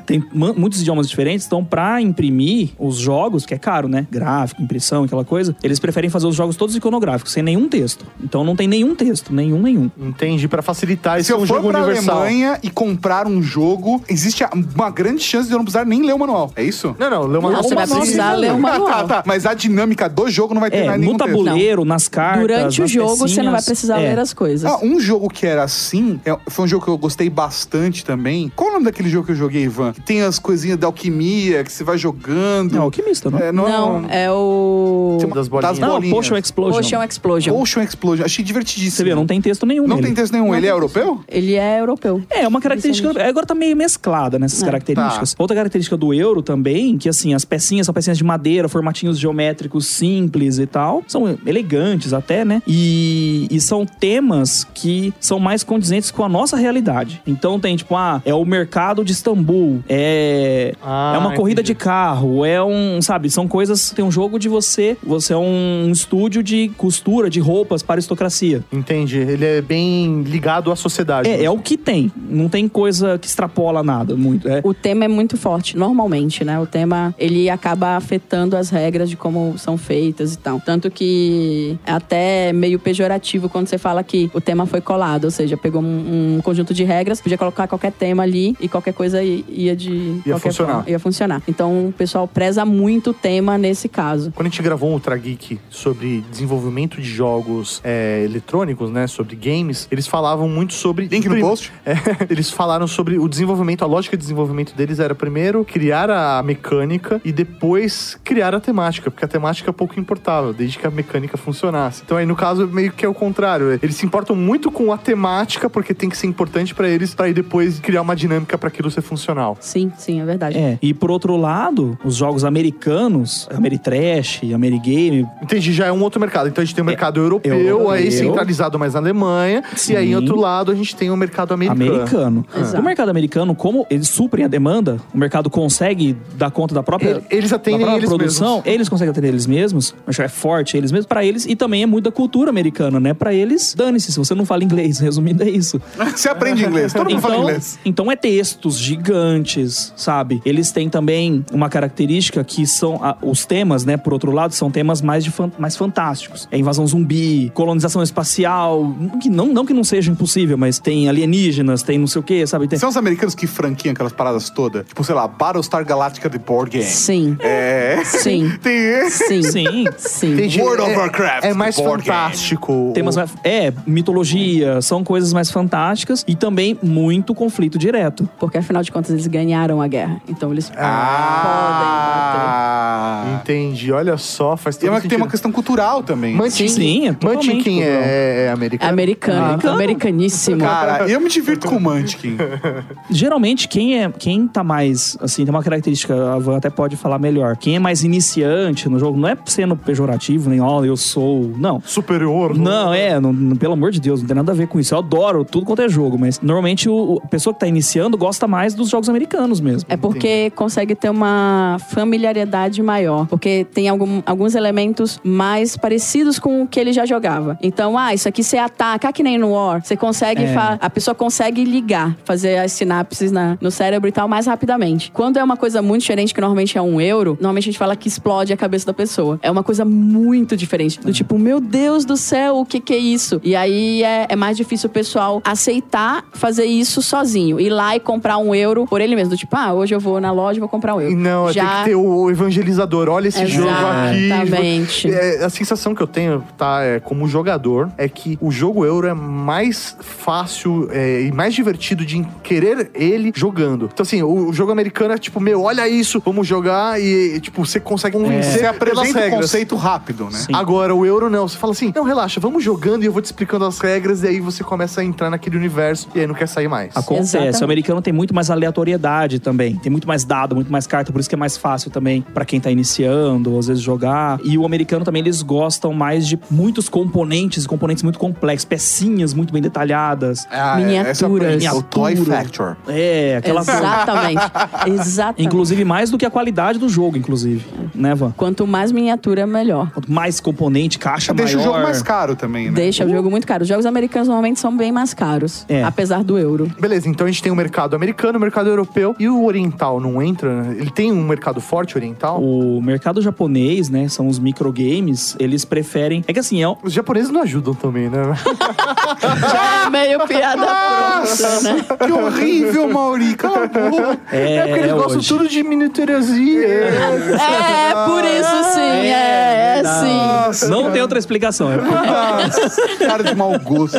Speaker 4: Tem ma- muitos idiomas diferentes, então pra imprimir os jogos, que é caro, né? Gráfico, impressão, aquela coisa, eles preferem fazer os jogos todos iconográficos, sem nenhum texto. Então não tem nenhum texto, nenhum, nenhum.
Speaker 8: Entendi, para facilitar
Speaker 4: esse
Speaker 1: Se um eu for pra Alemanha e comprar um jogo, existe a- uma grande chance de eu não precisar nem ler o manual. É isso?
Speaker 8: Não, não, ler o
Speaker 3: manual- Não, você vai precisar ler o manual.
Speaker 1: Tá, tá, mas a dinâmica do jogo não vai ter
Speaker 4: É,
Speaker 1: mais
Speaker 4: no
Speaker 1: nenhum texto.
Speaker 4: tabuleiro, nas cartas,
Speaker 3: Durante o
Speaker 4: nas
Speaker 3: jogo, você não vai
Speaker 4: pecinhas.
Speaker 3: precisar
Speaker 4: É.
Speaker 3: ler as coisas.
Speaker 1: Ah, um jogo que era assim, é- foi um jogo que eu gostei bastante também. Qual o nome daquele jogo que eu joguei, Ivan? Que tem as coisinhas da alquimia, que você vai jogando.
Speaker 4: Não, alquimista, não?
Speaker 1: É, não,
Speaker 3: não, é o.
Speaker 1: Tem uma- Das bolinhas. das bolinhas.
Speaker 4: Não, Potion Explosion.
Speaker 3: Potion Explosion.
Speaker 1: Ocean Explosion. Achei divertidíssimo.
Speaker 4: Você vê, não tem texto nenhum
Speaker 1: Não
Speaker 4: nele.
Speaker 1: tem texto nenhum.
Speaker 4: Não
Speaker 1: Ele é
Speaker 4: tem
Speaker 1: europeu?
Speaker 3: Ele é europeu.
Speaker 4: É, uma característica. Agora tá meio mesclada nessas
Speaker 3: É.
Speaker 4: características.
Speaker 1: Tá.
Speaker 4: Outra característica do euro também, que assim, as pecinhas são pecinhas de madeira, formatinhos geométricos simples e tal. São elegantes até, né? E, e são temas que são mais condizentes com a nossa realidade. Então tem, tipo, ah, é o mercado de Istambul, é,
Speaker 8: Ah,
Speaker 4: é uma corrida de carro, é um. Sabe, são coisas. Tem um jogo de você. Você é um estúdio de costura de roupas para aristocracia.
Speaker 8: Entendi. Ele é bem ligado à sociedade.
Speaker 4: É, é o que tem. Não tem coisa que extrapola nada muito. É.
Speaker 3: O tema é muito forte, normalmente, né? O tema, ele acaba afetando as regras de como são feitas e tal. Tanto que é até meio pejorativo quando você fala que o tema foi colado, ou seja, pegou um, um conjunto de regras, podia colocar qualquer tema ali e qualquer coisa i- ia de...
Speaker 8: Ia
Speaker 3: qualquer
Speaker 8: funcionar.
Speaker 3: ia funcionar. Então, o pessoal preza muito o tema nesse caso.
Speaker 8: Quando a gente gravou um Ultra Geek sobre desenvolvimento de jogos é, eletrônicos, né? Sobre games, eles falavam muito sobre. Link
Speaker 1: no post.
Speaker 8: eles falaram sobre o desenvolvimento, a lógica de desenvolvimento deles era primeiro criar a mecânica e depois criar a temática, porque a temática é pouco importava, desde que a mecânica funcionasse. Então aí, no caso, meio que é o contrário. Eles se importam muito com a temática, porque tem que ser importante pra eles, pra aí depois criar uma dinâmica pra aquilo ser funcional.
Speaker 3: Sim, sim, é verdade.
Speaker 4: É. E por outro lado, os jogos americanos, Ameritrash, Amerigame,
Speaker 8: Entendi, já é um outro mercado. Então a gente tem o mercado europeu, aí
Speaker 4: europeu.
Speaker 8: centralizado mais na Alemanha, e aí em
Speaker 4: Sim.
Speaker 8: outro lado a gente tem o mercado americano. Ah.
Speaker 4: americano. O mercado americano, como eles suprem a demanda, o mercado consegue dar conta da própria,
Speaker 8: Ele- eles atendem
Speaker 4: da própria
Speaker 8: eles
Speaker 4: produção,
Speaker 8: mesmos.
Speaker 4: eles conseguem atender eles mesmos, acho que é forte eles mesmos, pra eles, e também é muito da cultura americana, né? Pra eles, dane-se, se você não fala inglês, resumindo é isso.
Speaker 1: Você aprende inglês, todo mundo fala inglês.
Speaker 4: Então é textos gigantes, sabe? Eles têm também uma característica que são ah, os temas, né? Por outro lado, são temas mais, de fan- mais fantásticos. É invasão zumbi, colonização espacial, que não, não que não seja impossível, mas tem alienígenas, tem não sei o quê, sabe? Tem...
Speaker 1: São os americanos que franquiam aquelas paradas todas? Tipo, sei lá, Battlestar Galactica The Board Game.
Speaker 3: Sim.
Speaker 1: É.
Speaker 3: Sim.
Speaker 1: Tem esse.
Speaker 3: Sim.
Speaker 4: Sim.
Speaker 3: Sim.
Speaker 8: Entendi.
Speaker 1: World of
Speaker 8: É-
Speaker 1: Warcraft,
Speaker 8: É mais
Speaker 1: board game.
Speaker 8: fantástico.
Speaker 4: Temas mais- é, mitologia, são coisas mais fantásticas e também muito conflito direto.
Speaker 3: Porque, afinal de contas, eles ganharam a guerra. Então, eles
Speaker 1: Ah.
Speaker 8: Entendi, olha só, faz
Speaker 1: E é
Speaker 8: todo
Speaker 1: uma,
Speaker 8: sentido.
Speaker 1: tem uma questão cultural também.
Speaker 8: Munchkin.
Speaker 4: Sim, é totalmente
Speaker 8: Munchkin
Speaker 4: cultural.
Speaker 8: é, é americano?
Speaker 3: podem. Americano.
Speaker 4: Americano.
Speaker 3: Americaníssimo.
Speaker 1: Cara, eu me divirto com o Munchkin.
Speaker 4: Geralmente, quem é quem tá mais, assim, tem uma característica, a Van até pode falar melhor. Quem é mais iniciante no jogo, não é sendo pejorativo, nem, ó, eu sou. Não.
Speaker 8: Superior?
Speaker 4: Não, é, não- não- pelo amor de Deus, não tem nada a ver com isso. Eu adoro tudo quanto é jogo, mas normalmente o, o- a pessoa que tá iniciando gosta mais dos jogos americanos mesmo.
Speaker 3: É porque consegue ter uma familiaridade maior. Porque tem algum- alguns elementos mais parecidos com o que ele já jogava. Então, ah, isso aqui você ataca, ah, que nem no War. Você consegue.
Speaker 4: É.
Speaker 3: fa- A pessoa consegue ligar, fazer as sinapses na- no cérebro e tal mais rapidamente. Quando é uma coisa muito diferente, que normalmente é um euro, normalmente a gente fala que explode a cabeça da pessoa. É uma coisa muito diferente. Do tipo, meu Deus do céu, o que que é isso? E aí é, é mais difícil o pessoal aceitar fazer isso sozinho. Ir lá e comprar um euro por ele mesmo. Do tipo, ah, hoje eu vou na loja e vou comprar um euro.
Speaker 8: Não, é, tem que ter o evangelizador. Olha esse jogo aqui.
Speaker 3: tá Exatamente.
Speaker 8: É, a sensação que eu tenho, tá, é, como jogador, é que o jogo euro é mais fácil é, e mais divertido de querer ele jogando. Então, assim, o, o jogo americano é tipo, meu, olha isso, vamos jogar e, e, tipo, você consegue convencer
Speaker 1: Você
Speaker 8: pelas
Speaker 1: apresenta o
Speaker 8: regras.
Speaker 1: conceito rápido, né?
Speaker 4: É. Sim.
Speaker 8: Agora, o euro não. Você fala assim, não, relaxa, vamos jogando e eu vou te explicando as regras e aí você começa a entrar naquele universo e aí não quer sair mais.
Speaker 4: Acontece.
Speaker 3: Exatamente.
Speaker 4: O americano tem muito mais aleatoriedade também. Tem muito mais dado, muito mais carta, por isso que é mais fácil também pra quem tá iniciando, às vezes jogar. E o americano também eles gostam mais de muitos componentes, componentes muito complexos, pecinhas muito bem detalhadas.
Speaker 1: Ah, é, essa
Speaker 3: Miniaturas.
Speaker 1: é a premissa, o Toy
Speaker 4: Miniatura.
Speaker 1: Factor.
Speaker 4: É, aquela
Speaker 3: Exatamente. Exatamente.
Speaker 4: Inclusive mais do que a qualidade do jogo, inclusive, né, Van?
Speaker 3: Quanto mais miniatura, melhor.
Speaker 4: Quanto mais componente, caixa
Speaker 1: Deixa
Speaker 4: maior.
Speaker 1: o jogo mais caro também, né?
Speaker 3: Deixa o jogo muito caro. Os jogos americanos normalmente são bem mais caros,
Speaker 8: É.
Speaker 3: apesar do euro.
Speaker 8: Beleza, então a gente tem o mercado americano, o mercado europeu e o oriental não entra? né? Ele tem um mercado forte oriental?
Speaker 4: O mercado japonês, né? São os microgames, eles preferem. É que assim, é.
Speaker 8: Os japoneses não ajudam também, né?
Speaker 3: Meio piada pronta, né?
Speaker 1: Que horrível, Mauri. Cala a boca.
Speaker 4: É,
Speaker 8: porque eles
Speaker 4: é
Speaker 8: gostam
Speaker 4: hoje.
Speaker 8: tudo de miniaturezinha.
Speaker 3: É, por isso sim, é, é sim.
Speaker 4: Ah, Não tem outra explicação. É por-
Speaker 1: Cara de mau gosto.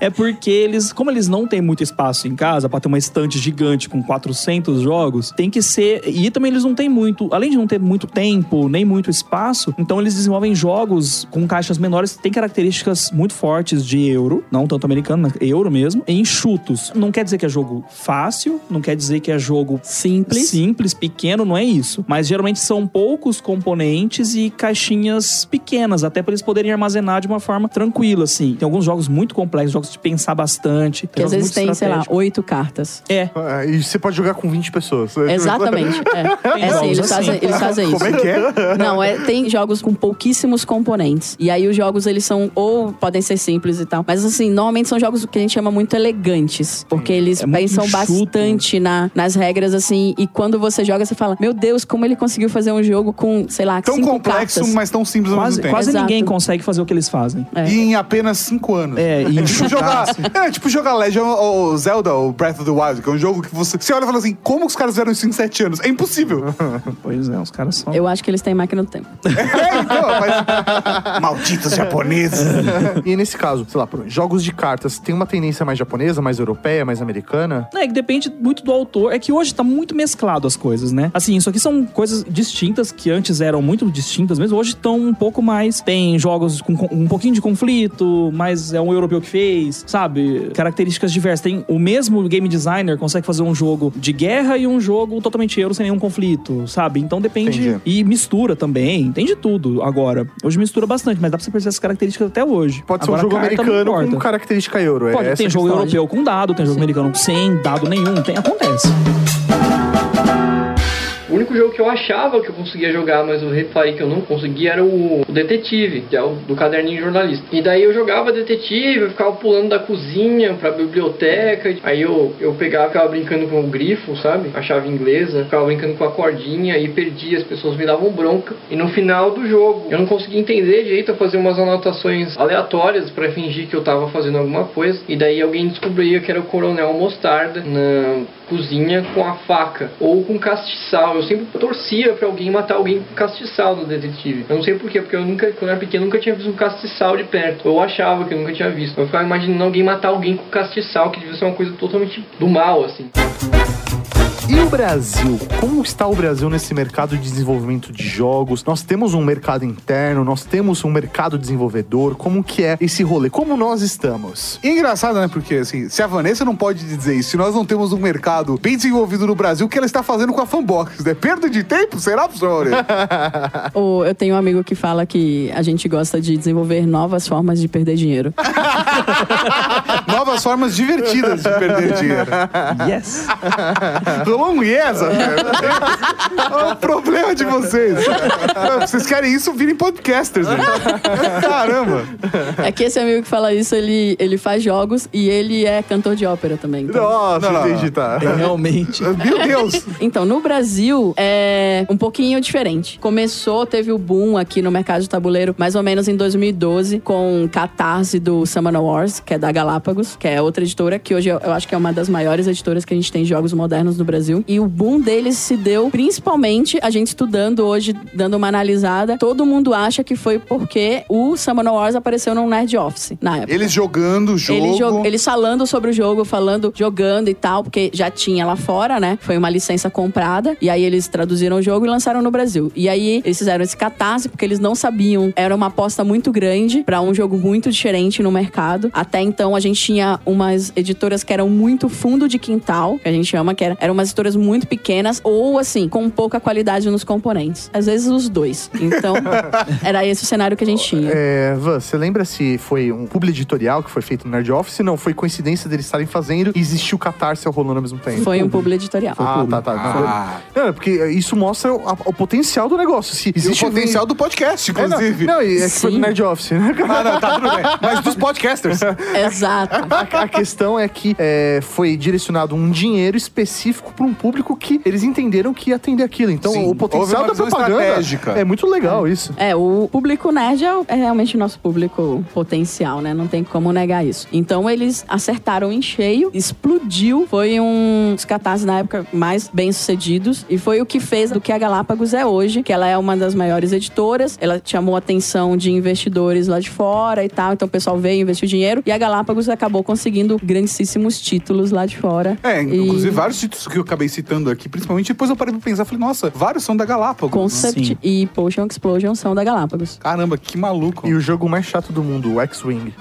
Speaker 4: É porque eles, como eles não têm muito espaço em casa pra ter uma estante gigante com 400 jogos, tem que ser. E também eles não têm muito, além de não ter muito tempo, nem muito espaço, então eles desenvolvem jogos com caixas menores que têm características muito fortes de euro, não tanto americano, mas euro mesmo, e enxutos. Não quer dizer que é jogo fácil, não quer dizer que é jogo
Speaker 3: Simples.
Speaker 4: simples, pequeno, não é isso. Mas geralmente são poucos componentes e caixinhas pequenas, até para eles poderem armazenar de uma forma tranquila, assim. Tem alguns jogos muito complexos, jogos de pensar bastante.
Speaker 3: Que às
Speaker 4: jogos
Speaker 3: vezes
Speaker 4: muito
Speaker 3: tem, sei lá,
Speaker 4: estratégicos.
Speaker 3: oito cartas.
Speaker 4: É.
Speaker 8: Ah, E você pode jogar com 20 pessoas.
Speaker 3: Exatamente. É,
Speaker 4: Tem
Speaker 3: É assim,
Speaker 4: jogos
Speaker 3: eles fazem,
Speaker 4: assim.
Speaker 3: eles fazem isso.
Speaker 8: Como é que é?
Speaker 3: Não, é, tem jogos com pouquíssimos componentes. E aí os jogos, eles são, ou podem ser simples e tal. Mas assim, normalmente são jogos que a gente chama muito elegantes. Porque eles
Speaker 4: É muito
Speaker 3: pensam
Speaker 4: enxuto.
Speaker 3: bastante na- nas regras, assim. E quando você joga, você fala, meu Deus, como ele conseguiu fazer um jogo com, sei lá,
Speaker 1: Tão
Speaker 3: cinco
Speaker 1: complexo,
Speaker 3: cartas.
Speaker 1: mas tão simples ao
Speaker 4: Quase,
Speaker 1: mesmo tempo.
Speaker 4: quase
Speaker 3: Exato.
Speaker 4: ninguém consegue fazer o que eles fazem.
Speaker 3: É.
Speaker 1: E em apenas 5 anos.
Speaker 4: É, e
Speaker 1: É tipo jogar.
Speaker 4: enxutar.
Speaker 1: É tipo jogar Legend ou ou Zelda ou Breath of the Wild, que é um jogo que você, você olha e fala assim: como os caras fizeram isso em 7 anos? É impossível.
Speaker 4: Pois é, os caras são.
Speaker 3: Eu acho que eles têm máquina do tempo.
Speaker 1: é, então, mas... Malditos japoneses.
Speaker 8: E nesse caso, sei lá, por- jogos de cartas tem uma tendência mais japonesa, mais europeia, mais americana?
Speaker 4: É que depende muito do autor. É que hoje tá muito mesclado as coisas, né? Assim, isso aqui são coisas distintas que antes eram muito distintas mesmo. Hoje estão um pouco mais. Tem jogos com com um pouquinho de conflito, mas é um europeu que fez, sabe? Características diversas. Tem o mesmo game designer consegue fazer um jogo de guerra e um jogo totalmente euro sem nenhum conflito, sabe? Então depende.
Speaker 1: Entendi.
Speaker 4: E mistura também. Tem de tudo agora. Hoje mistura bastante, mas dá pra você perceber essas características até hoje.
Speaker 8: Pode ser um
Speaker 4: Agora,
Speaker 8: jogo
Speaker 4: carta não
Speaker 8: americano
Speaker 4: importa.
Speaker 8: com característica euro. é
Speaker 4: Pode,
Speaker 8: essa
Speaker 4: tem
Speaker 8: a
Speaker 4: jogo
Speaker 8: questão.
Speaker 4: europeu com dado, tem jogo americano sem dado nenhum, tem, acontece.
Speaker 9: O único jogo que eu achava que eu conseguia jogar, mas eu reparei que eu não conseguia, era o, o Detetive, que é o do caderninho de jornalista. E daí eu jogava Detetive, eu ficava pulando da cozinha pra biblioteca. Aí eu, eu pegava, ficava brincando com o grifo, sabe? A chave inglesa, ficava brincando com a cordinha e perdia, as pessoas me davam bronca. E no final do jogo, eu não conseguia entender direito, eu fazia umas anotações aleatórias pra fingir que eu tava fazendo alguma coisa. E daí alguém descobria que era o Coronel Mostarda na cozinha com a faca ou com castiçal. Eu sempre torcia pra alguém matar alguém com castiçal no detetive. Eu não sei porquê, porque eu nunca, quando eu era pequeno, nunca tinha visto um castiçal de perto. Eu achava que eu nunca tinha visto. Eu ficava imaginando alguém matar alguém com castiçal, que devia ser uma coisa totalmente do mal, assim.
Speaker 8: E o Brasil? Como está o Brasil nesse mercado de desenvolvimento de jogos? Nós temos um mercado interno, nós temos um mercado desenvolvedor. Como que é esse rolê? Como nós estamos?
Speaker 1: E é engraçado, né? Porque, assim, se a Vanessa não pode dizer isso, se nós não temos um mercado bem desenvolvido no Brasil, o que ela está fazendo com a fanbox? É perda de tempo? Será, professor? Aurea?
Speaker 3: Ou eu tenho um amigo que fala que a gente gosta de desenvolver novas formas de perder dinheiro.
Speaker 1: Novas formas divertidas de perder dinheiro.
Speaker 4: Yes.
Speaker 1: Rolou um yes, André. Olha É o problema de vocês. Vocês querem isso, virem podcasters. né? Caramba.
Speaker 3: É que esse amigo que fala isso, ele, ele faz jogos e ele é cantor de ópera também. então.
Speaker 8: Nossa,
Speaker 1: Não, não, não.
Speaker 8: entendi, tá.
Speaker 4: Realmente.
Speaker 1: Meu Deus.
Speaker 3: Então, no Brasil, é um pouquinho diferente. Começou, teve o boom aqui no mercado de tabuleiro, mais ou menos em 2012, com Catarse do Samana Wars, que é da Galápagos, que é outra editora, que hoje eu eu acho que é uma das maiores editoras que a gente tem de jogos modernos no Brasil. E o boom deles se deu, principalmente, a gente estudando hoje, dando uma analisada, todo mundo acha que foi porque o Samana Wars apareceu no Nerd Office, na época.
Speaker 1: Eles jogando o jogo.
Speaker 3: Eles, jog- eles falando sobre o jogo, falando, jogando e tal, porque já tinha lá fora, né? Foi uma licença comprada. E aí eles traduziram o jogo e lançaram no Brasil. E aí eles fizeram esse catarse, porque eles não sabiam. Era uma aposta muito grande pra um jogo muito diferente no mercado. Até então a gente tinha umas editoras que eram muito fundo de quintal, que a gente chama, que era- eram umas texturas muito pequenas ou, assim, com pouca qualidade nos componentes. Às vezes os dois. Então, era esse o cenário que a gente tinha.
Speaker 8: É, Van, você lembra se foi um publi editorial que foi feito no Nerd Office? Não, foi coincidência deles estarem fazendo e existiu o Catarse rolando ao mesmo tempo.
Speaker 3: Foi um publi editorial.
Speaker 8: Foi ah, tá, tá.
Speaker 3: Ah.
Speaker 8: Não, é porque isso mostra o, a- o potencial do negócio. Se
Speaker 13: E o
Speaker 8: existe
Speaker 13: um potencial do podcast,
Speaker 8: É, não,
Speaker 13: inclusive.
Speaker 8: não, e é que foi do Nerd Office, né?
Speaker 13: Ah, não, tá tudo bem. Mas dos podcasters.
Speaker 3: Exato.
Speaker 8: A, a questão é que é, foi direcionado um dinheiro específico para um público que eles entenderam que ia atender aquilo. Então,
Speaker 13: Sim,
Speaker 8: o potencial
Speaker 13: houve
Speaker 8: da
Speaker 13: uma visão
Speaker 8: propaganda
Speaker 13: estratégica.
Speaker 8: é muito legal isso.
Speaker 3: É, o público nerd é, o- é realmente o nosso público potencial, né? Não tem como negar isso. Então eles acertaram em cheio, explodiu. Foi um dos catarses na época mais bem sucedidos. E foi o que fez do que a Galápagos é hoje, que ela é uma das maiores editoras. Ela chamou a atenção de investidores lá de fora e tal. Então o pessoal veio, investiu dinheiro. E a Galápagos acabou conseguindo grandíssimos títulos lá de fora.
Speaker 16: É,
Speaker 3: E-
Speaker 16: inclusive vários títulos que eu acabei citando aqui, principalmente depois eu parei pra pensar, falei, nossa, vários são da Galápagos.
Speaker 3: Concept
Speaker 16: Sim.
Speaker 3: e Potion Explosion são da Galápagos.
Speaker 16: Caramba, que maluco.
Speaker 8: E o jogo mais chato do mundo, o X-Wing.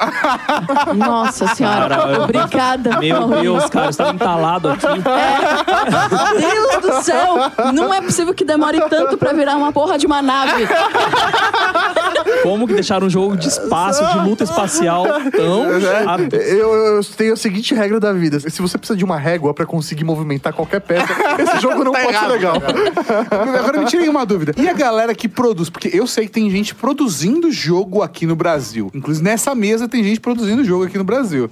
Speaker 3: Nossa senhora,
Speaker 4: Cara, eu-
Speaker 3: obrigada.
Speaker 4: Meu
Speaker 3: Paulo.
Speaker 4: Deus, cara, você tá entalado aqui.
Speaker 3: Deus do céu! Não é possível que demore tanto pra virar uma porra de uma nave.
Speaker 4: Como que deixaram um jogo de espaço, de luta espacial tão
Speaker 8: É.
Speaker 4: chato?
Speaker 8: Eu, eu tenho a seguinte regra da vida: se você precisa de uma régua pra conseguir movimentar qualquer peça, esse jogo não
Speaker 16: Tá
Speaker 8: pode
Speaker 16: errado.
Speaker 8: ser legal.
Speaker 16: Agora me tirem uma dúvida. E a galera que produz? Porque eu sei que tem gente produzindo jogo aqui no Brasil. Inclusive nessa mesa tem gente produzindo jogo aqui no Brasil.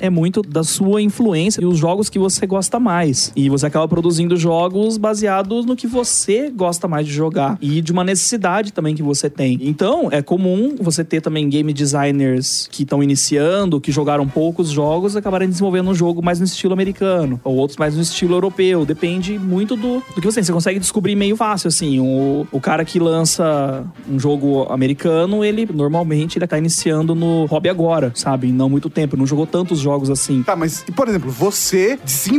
Speaker 4: é muito da sua influência e os jogos que você gosta mais. E você acaba produzindo jogos baseados no que você gosta mais de jogar e de uma necessidade também que você tem. Então, é comum você ter também game designers que estão iniciando, que jogaram poucos jogos e acabarem desenvolvendo um jogo mais no estilo americano, ou outros mais no estilo europeu. Depende muito do, do que você tem. Você consegue descobrir meio fácil, assim. O, o cara que lança um jogo americano, ele normalmente ele tá iniciando no hobby agora, sabe? Não muito tempo, não jogou tantos jogos assim.
Speaker 16: Tá, mas, e, por exemplo, você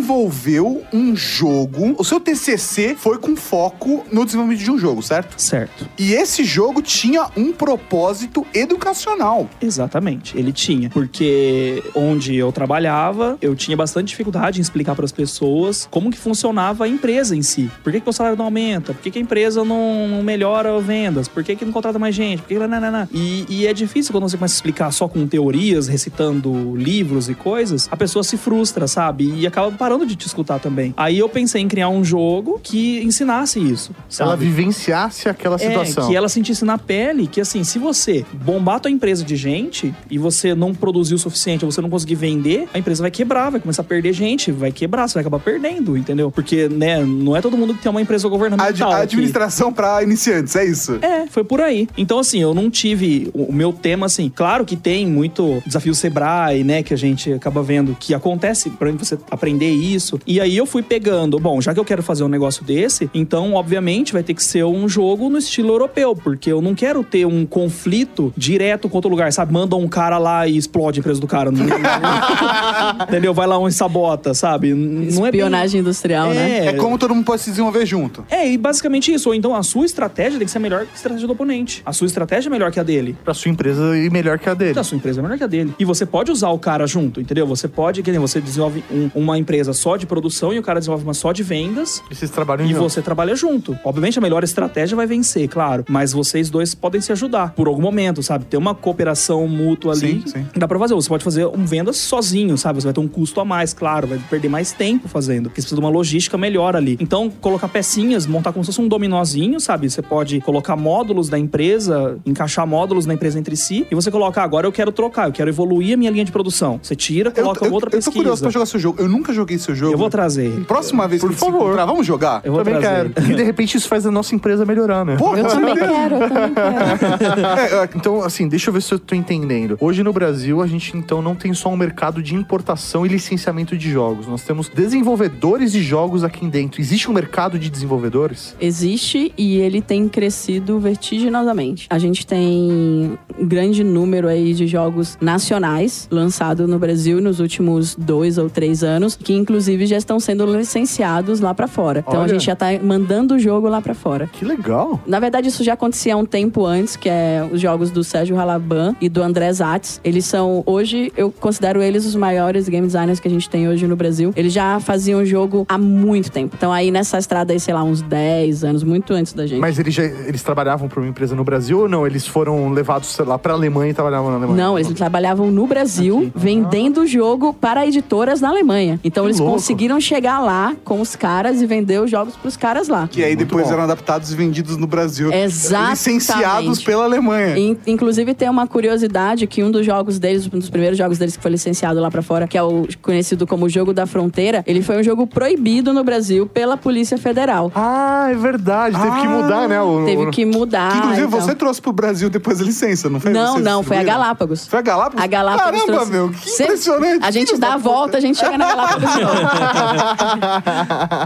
Speaker 16: desenvolveu um jogo. O seu TCC foi com foco no desenvolvimento de um jogo, certo?
Speaker 4: Certo.
Speaker 16: E esse jogo tinha um propósito educacional.
Speaker 4: Exatamente, ele tinha. Porque onde eu trabalhava, eu tinha bastante dificuldade em explicar para as pessoas como que funcionava a empresa em si. Por que, que o salário não aumenta? Por que, que a empresa não, não melhora vendas? Por que, que não contrata mais gente? Por que... nananana? E, e é difícil quando você começa a explicar só com teorias, recitando livros e coisas, a pessoa se frustra, sabe? E acaba parando de te escutar também. Aí eu pensei em criar um jogo que ensinasse isso.
Speaker 8: Ela
Speaker 4: sabe?
Speaker 8: vivenciasse aquela situação.
Speaker 4: É, que ela sentisse na pele que, assim, se você bombar a tua empresa de gente e você não produzir o suficiente ou você não conseguir vender, a empresa vai quebrar, vai começar a perder gente, vai quebrar, você vai acabar perdendo, entendeu? Porque, né, não é todo mundo que tem uma empresa
Speaker 16: Ad-
Speaker 4: governamental. que-
Speaker 16: administração pra iniciantes, é isso?
Speaker 4: é, foi por aí. Então, assim, eu não tive o o meu tema, assim, claro que tem muito desafio Sebrae, né, que a gente acaba vendo que acontece pra você aprender isso. E aí eu fui pegando, bom, já que eu quero fazer um negócio desse, então, obviamente, vai ter que ser um jogo no estilo europeu, porque eu não quero ter um conflito direto com outro lugar, sabe? Manda um cara lá e explode a empresa do cara. Não- não- Entendeu? Vai lá um e sabota, sabe? N- Não é bem-
Speaker 3: Espionagem industrial, né?
Speaker 16: É como todo mundo pode se desenvolver junto.
Speaker 4: é, e basicamente isso. Ou então a sua estratégia tem que ser melhor que a estratégia do oponente. A sua estratégia é melhor que a dele.
Speaker 8: Pra sua empresa e melhor que a dele.
Speaker 4: A sua empresa é melhor que a dele. E você pode usar o cara junto, entendeu? Você pode, que nem você desenvolve um- uma empresa só de produção e o cara desenvolve uma só de vendas.
Speaker 8: E vocês trabalham
Speaker 16: Uhum.
Speaker 4: E
Speaker 8: juntos.
Speaker 4: você trabalha junto. Obviamente, a melhor estratégia vai vencer, claro. Mas vocês dois podem se ajudar por algum momento, sabe? Ter uma cooperação mútua ali.
Speaker 16: Sim, sim.
Speaker 4: Dá pra fazer. Você pode fazer um venda sozinho, sabe? Você vai ter um custo a mais, claro. Vai perder mais tempo fazendo. Porque você precisa de uma logística melhor ali. Então, colocar pecinhas, montar como se fosse um dominozinho, sabe? Você pode colocar módulos da empresa, encaixar módulos na empresa entre si. E você coloca, ah, agora eu quero trocar, eu quero evoluir a minha linha de produção. Você tira, coloca outra
Speaker 16: eu tô
Speaker 4: pesquisa.
Speaker 16: curioso pra jogar seu jogo. Eu nunca joguei seu jogo.
Speaker 4: Eu vou trazer.
Speaker 16: Próxima vez que a gente se encontrar, vamos jogar?
Speaker 4: Eu vou
Speaker 8: Também
Speaker 4: trazer.
Speaker 8: quero. E de repente isso faz a nossa empresa melhorar, né?
Speaker 16: Porra,
Speaker 4: é
Speaker 3: Eu também quero, eu também quero.
Speaker 1: É,
Speaker 8: então, assim, deixa eu ver se eu tô entendendo. Hoje no Brasil, a gente então não tem só um mercado de importação e licenciamento de jogos. Nós temos desenvolvedores de jogos aqui dentro. Existe um mercado de desenvolvedores?
Speaker 3: Existe e ele tem crescido vertiginosamente. A gente tem um grande número aí de jogos nacionais lançados no Brasil nos últimos dois ou três anos, que inclusive já estão sendo licenciados lá pra fora. Então
Speaker 8: Olha.
Speaker 3: a gente já tá mandando o jogo lá pra fora.
Speaker 8: Que legal.
Speaker 3: Na verdade, isso já acontecia há um tempo antes, que é os jogos do Sérgio Halaban e do André Zatz. Eles são, hoje, eu considero eles os maiores game designers que a gente tem hoje no Brasil. Eles já produziam o jogo há muito tempo. Então aí nessa estrada aí, sei lá, uns 10 anos, muito antes da gente.
Speaker 8: Mas eles, já, eles trabalhavam para uma empresa no Brasil ou não? Eles foram levados, sei lá, para Alemanha e trabalhavam na Alemanha?
Speaker 3: Não, eles trabalhavam no Brasil, vendendo o jogo para editoras na Alemanha. Então
Speaker 8: Que
Speaker 3: eles
Speaker 8: louco.
Speaker 3: conseguiram chegar lá com os caras e vender os jogos pros caras lá.
Speaker 1: Que aí depois eram adaptados e vendidos no Brasil.
Speaker 3: Exatamente.
Speaker 1: Licenciados pela Alemanha.
Speaker 3: In- inclusive, tem uma curiosidade que um dos jogos deles, um dos primeiros jogos deles que foi licenciado lá pra fora, que é o conhecido como Jogo da Fronteira, ele foi um jogo proibido no Brasil pela Polícia Federal.
Speaker 8: Ah, é verdade.
Speaker 1: teve que mudar, né, o-
Speaker 3: teve
Speaker 1: o-
Speaker 3: que mudar.
Speaker 1: Inclusive,
Speaker 3: então.
Speaker 1: você trouxe pro Brasil depois a licença, não foi?
Speaker 3: Não,
Speaker 1: Vocês
Speaker 3: não, foi a
Speaker 1: viram?
Speaker 3: Galápagos.
Speaker 1: Foi a Galápagos?
Speaker 3: A Galápagos
Speaker 1: Caramba,
Speaker 3: trouxe.
Speaker 1: meu, que
Speaker 3: Cê-
Speaker 1: impressionante.
Speaker 3: A gente dá a volta, a gente chega na Galápagos. de novo.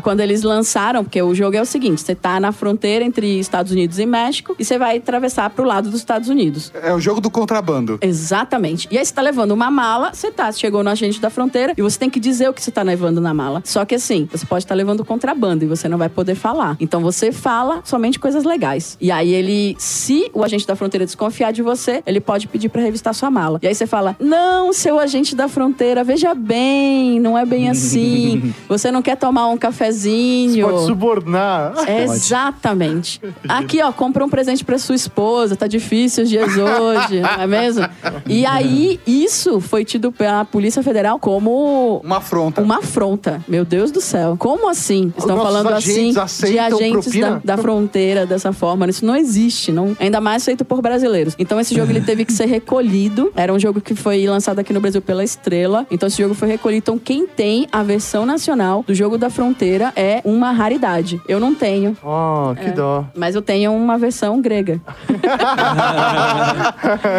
Speaker 3: Quando eles lançaram, porque o jogo é o seguinte, você tá na fronteira entre Estados Unidos e México e você vai atravessar pro lado dos Estados Unidos.
Speaker 1: É o jogo do contrabando.
Speaker 3: Exatamente. E aí você tá levando uma mala, você tá, chegou no agente da fronteira e você tem que dizer o que você tá levando na mala. Só que assim, você pode estar levando contrabando e você não vai poder falar. Então você fala somente coisas legais. E aí ele, se o agente da fronteira desconfiar de você, ele pode pedir pra revistar sua mala. E aí você fala: "Não, seu agente da fronteira, veja bem, não é bem assim. Você não quer tomar um cafezinho?"
Speaker 8: Pode subornar.
Speaker 3: É. Exatamente. Aqui, ó, compra um presente pra sua esposa, tá difícil os dias hoje, não é mesmo? E aí, isso foi tido pela Polícia Federal como.
Speaker 1: Uma afronta.
Speaker 3: Uma afronta. Meu Deus do céu. Como assim? Estão
Speaker 8: Nossos
Speaker 3: falando assim
Speaker 8: agentes
Speaker 3: de
Speaker 8: aceitam
Speaker 3: agentes da,
Speaker 8: propina?
Speaker 3: da fronteira dessa forma. Isso não existe. Não, ainda mais feito por brasileiros. Então, esse jogo ele teve que ser recolhido. Era um jogo que foi lançado aqui no Brasil pela Estrela. Então, esse jogo foi recolhido. Então, quem tem a versão nacional do jogo da fronteira é uma raridade. Eu não tenho.
Speaker 8: Oh, que
Speaker 3: É.
Speaker 8: dó.
Speaker 3: Mas eu tenho uma versão grega.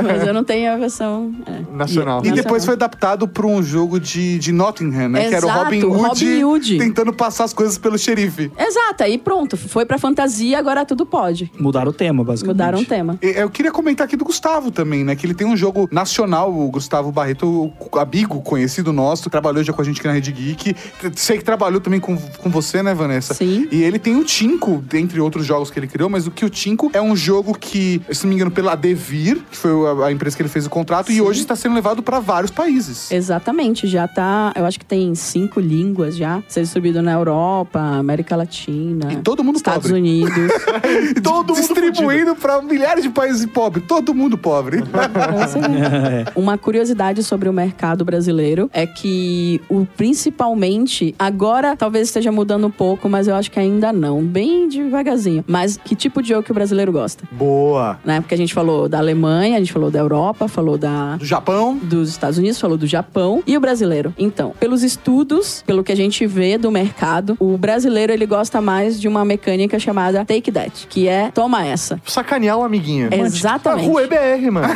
Speaker 3: Mas eu não tenho a versão. é.
Speaker 8: Nacional.
Speaker 1: E depois foi adaptado pra um jogo de, de Nottingham, né? que era o
Speaker 3: Exato,
Speaker 1: Robin Hood,
Speaker 3: Robin Hood.
Speaker 1: tentando passar as coisas pelo xerife.
Speaker 3: Exato, aí pronto. Foi pra fantasia, agora tudo pode.
Speaker 4: Mudaram o tema, basicamente.
Speaker 3: Mudaram o tema.
Speaker 1: E- É, Eu queria comentar aqui do Gustavo também, né? Que ele tem um jogo nacional, o Gustavo Barreto, o amigo conhecido nosso, trabalhou já com a gente aqui na Rede Geek. T- Sei que trabalhou também com, com você, né, Vanessa?
Speaker 3: Sim.
Speaker 1: E ele tem o Tinko, dentre outros jogos que ele criou, mas o que o Tinko é um jogo que, se não me engano, pela Devir, que foi a, a empresa que ele fez o contrato, e hoje está sendo levado para vários países.
Speaker 3: É. Exatamente, já tá. Eu acho que tem cinco línguas já. Ser distribuído na Europa, América Latina. E
Speaker 1: todo mundo
Speaker 3: Estados
Speaker 1: pobre.
Speaker 3: Unidos.
Speaker 1: Todo distribuindo para milhares de países pobres. Todo mundo pobre.
Speaker 3: Uhum.
Speaker 4: É.
Speaker 3: Uma curiosidade sobre o mercado brasileiro é que o principalmente agora talvez esteja mudando um pouco, mas eu acho que ainda não, bem devagarzinho. Mas que tipo de jogo que o brasileiro gosta?
Speaker 8: Boa.
Speaker 3: Na época a gente falou da Alemanha, a gente falou da Europa, falou da
Speaker 1: do Japão,
Speaker 3: dos Estados Unidos, falou do Japão e o brasileiro. Então, pelos estudos, pelo que a gente vê do mercado, o brasileiro ele gosta mais de uma mecânica chamada take that, que é toma essa.
Speaker 8: Sacanear o amiguinho.
Speaker 3: Exatamente.
Speaker 8: A rua é BR, mano.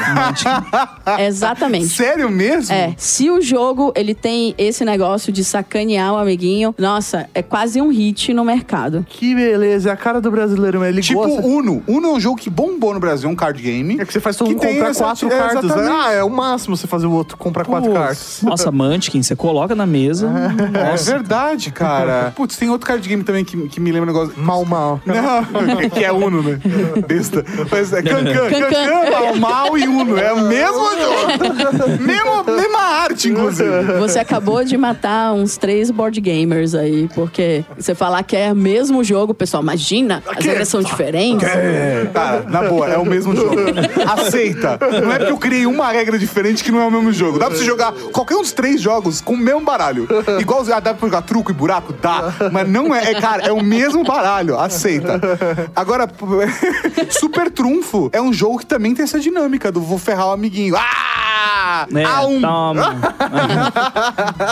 Speaker 3: Exatamente.
Speaker 1: Sério mesmo?
Speaker 3: É. Se o jogo ele tem esse negócio de sacanear o amiguinho, nossa, é quase um hit no mercado.
Speaker 8: que beleza. É a cara do brasileiro, mas ele
Speaker 1: Tipo
Speaker 8: gosta.
Speaker 1: Uno. Uno é um jogo que bombou no Brasil, é um card game.
Speaker 8: É que você faz todo
Speaker 1: Que
Speaker 8: mundo
Speaker 1: tem
Speaker 8: comprar
Speaker 1: essa-
Speaker 8: quatro
Speaker 1: é,
Speaker 8: cartas. né?
Speaker 1: exatamente.
Speaker 8: Ah, é o máximo você fazer o outro comprar quatro cartas.
Speaker 4: Nossa, Munchkin, você coloca na mesa.
Speaker 1: É verdade, cara. Putz, tem outro card game também que, que me lembra um negócio.
Speaker 8: Mal, mal.
Speaker 1: Não, que é Uno, né? Besta. Mas é Cancan.
Speaker 3: Cancan.
Speaker 1: Cancan, Mal, Mal e Uno. É o mesmo jogo. Mesmo- mesma arte, inclusive.
Speaker 3: Você acabou de matar uns três board gamers aí, porque você falar que é o mesmo jogo, pessoal, imagina, as
Speaker 1: Que-
Speaker 3: regras são diferentes.
Speaker 1: Cara, na boa, é o mesmo jogo. Aceita. Não é porque eu criei uma regra diferente que não é o mesmo jogo. Dá pra você jogar qualquer um dos três jogos com o mesmo baralho. Igual ah, dá pra jogar truco e buraco? Dá. Mas não é, é, cara, é o mesmo baralho. Aceita. Agora, Super Trunfo é um jogo que também tem essa dinâmica do vou ferrar o amiguinho. Ah!
Speaker 4: É,
Speaker 1: ah um.
Speaker 4: toma.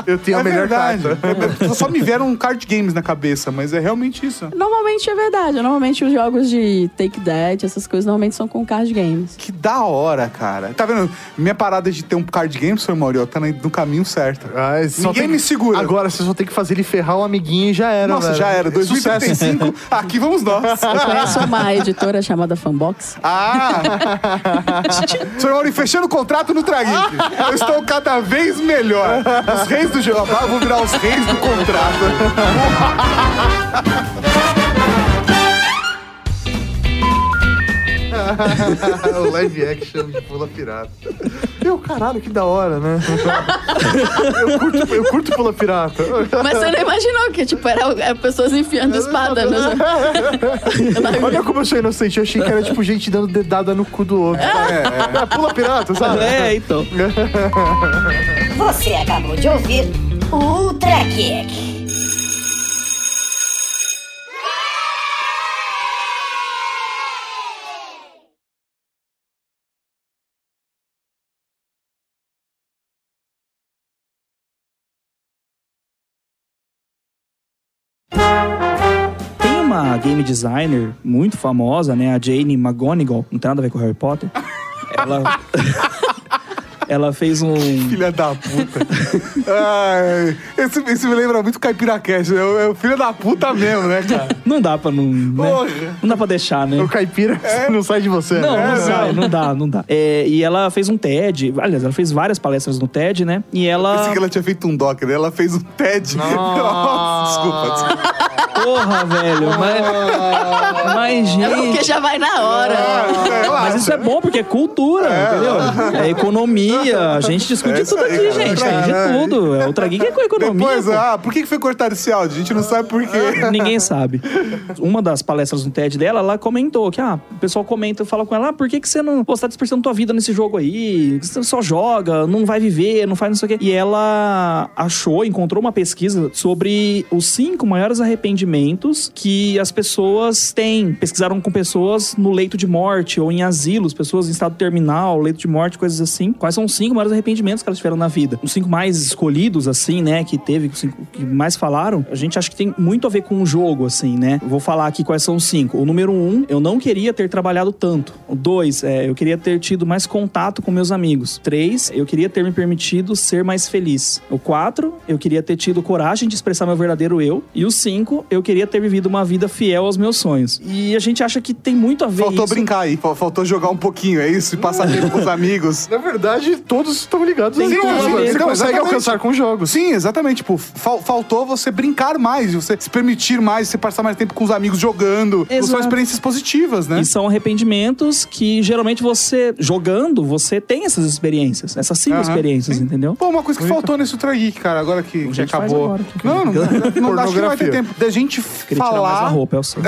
Speaker 8: Eu tenho
Speaker 1: É
Speaker 8: a melhor
Speaker 1: verdade. É,
Speaker 8: carta.
Speaker 1: Só me vieram card games na cabeça, mas é realmente isso.
Speaker 3: Normalmente é verdade. Normalmente os jogos de Take That, essas coisas, normalmente são com card games.
Speaker 1: Que da hora, cara. Tá vendo? Minha parada de ter um card game, senhor Mauriel, tá na- no caminho certo.
Speaker 8: Ah, só
Speaker 1: Ninguém
Speaker 8: tem-
Speaker 1: me segura.
Speaker 8: Agora você só tem que fazer ele ferrar o amiguinho e já era.
Speaker 1: Nossa,
Speaker 8: velho.
Speaker 1: já era.
Speaker 8: Sucesso.
Speaker 1: 2035, aqui vamos nós.
Speaker 3: Eu conheço Tipo, é uma editora chamada Fanbox.
Speaker 1: Ah! senhor Mauriel, fechando o contrato no Trageek. Eu estou cada vez melhor. Os reis do jogo. Ah, eu vou virar os reis do contrato.
Speaker 8: o live action de Pula Pirata.
Speaker 17: Meu caralho, que da hora, né?
Speaker 8: Eu curto, eu curto Pula Pirata.
Speaker 11: Mas você não imaginou que, tipo, era é, pessoas enfiando espada. Né?
Speaker 8: Olha como eu sou inocente. Eu achei que era tipo gente dando dedada no cu do outro. É, é. Pula Pirata, sabe?
Speaker 4: É, então.
Speaker 7: Você acabou de ouvir o Ultra Kick.
Speaker 4: Tem uma game designer muito famosa, né? A Jane McGonigal. Não tem nada a ver com Harry Potter. Ela. Ela fez um.
Speaker 1: Filha da puta. Ai, esse, esse me lembra muito Caipiracast. É o é o filho da puta mesmo, né, cara?
Speaker 4: Não dá pra não. né?
Speaker 1: Porra.
Speaker 4: Não dá pra deixar, né?
Speaker 8: O caipira É. não sai de você,
Speaker 4: Não,
Speaker 8: né?
Speaker 4: não sai, não dá, não dá. É, e ela fez um TED, aliás, ela fez várias palestras no TED, né? E ela.
Speaker 1: Pensei que ela tinha feito um doc, né? Ela fez um TED. Nossa, desculpa, desculpa.
Speaker 4: Porra, velho. Mas, mas
Speaker 11: É porque
Speaker 4: gente.
Speaker 11: já vai na hora.
Speaker 4: Mas isso é bom, porque é É cultura, entendeu? É economia. A gente discute tudo aqui, gente. Tem de tudo. É outra geek é com economia.
Speaker 1: Depois,
Speaker 4: pô. Ah,
Speaker 1: ah, por que que foi cortado esse áudio? A gente não sabe por quê.
Speaker 4: Ninguém sabe. Uma das palestras no TED dela, ela comentou que, ah, o pessoal comenta, fala com ela, ah, por que, que você não. Pô, você tá desperdiçando tua vida nesse jogo aí? Você só joga, não vai viver, não faz não sei o quê. E ela achou, encontrou uma pesquisa sobre os cinco maiores arrependimentos que as pessoas têm. Pesquisaram com pessoas no leito de morte ou em asilos, pessoas em estado terminal, leito de morte, coisas assim. Quais são os cinco maiores arrependimentos que elas tiveram na vida? Os cinco mais escolhidos, assim, né? Que teve, os cinco que mais falaram, a gente acha que tem muito a ver com o jogo, assim, né? Vou falar aqui quais são os cinco. O número um, eu não queria ter trabalhado tanto. O dois, é, eu queria ter tido mais contato com meus amigos. Três, eu queria ter me permitido ser mais feliz. O quatro, eu queria ter tido coragem de expressar meu verdadeiro eu. E o cinco, eu queria ter vivido uma vida fiel aos meus sonhos. E a gente acha que tem muito a ver
Speaker 1: Faltou
Speaker 4: isso. né?
Speaker 1: brincar aí, fal- faltou jogar um pouquinho, é isso? E passar tempo com os amigos.
Speaker 8: Na verdade, todos estão ligados.
Speaker 1: Sim,
Speaker 8: em tudo,
Speaker 1: sim,
Speaker 8: mano.
Speaker 1: sim,
Speaker 8: Você
Speaker 1: não,
Speaker 8: consegue
Speaker 1: exatamente.
Speaker 8: alcançar com o jogo.
Speaker 1: Sim, exatamente. Tipo, fal- faltou você brincar mais, você se permitir mais, você passar mais tempo com os amigos jogando. Então, São
Speaker 4: Exato.
Speaker 1: experiências positivas, né?
Speaker 4: E são arrependimentos que geralmente você, jogando, você tem essas experiências, essas cinco
Speaker 1: Aham,
Speaker 4: experiências, entendeu?
Speaker 1: Pô, uma coisa que faltou nesse Ultra Geek, cara, agora que, que
Speaker 4: gente faz
Speaker 1: acabou.
Speaker 4: agora.
Speaker 1: Não, não, não, não acho que não vai ter
Speaker 8: Pornografia.
Speaker 1: tempo da gente
Speaker 4: Queria tirar mais a
Speaker 1: falar.
Speaker 4: roupa, é eu sei.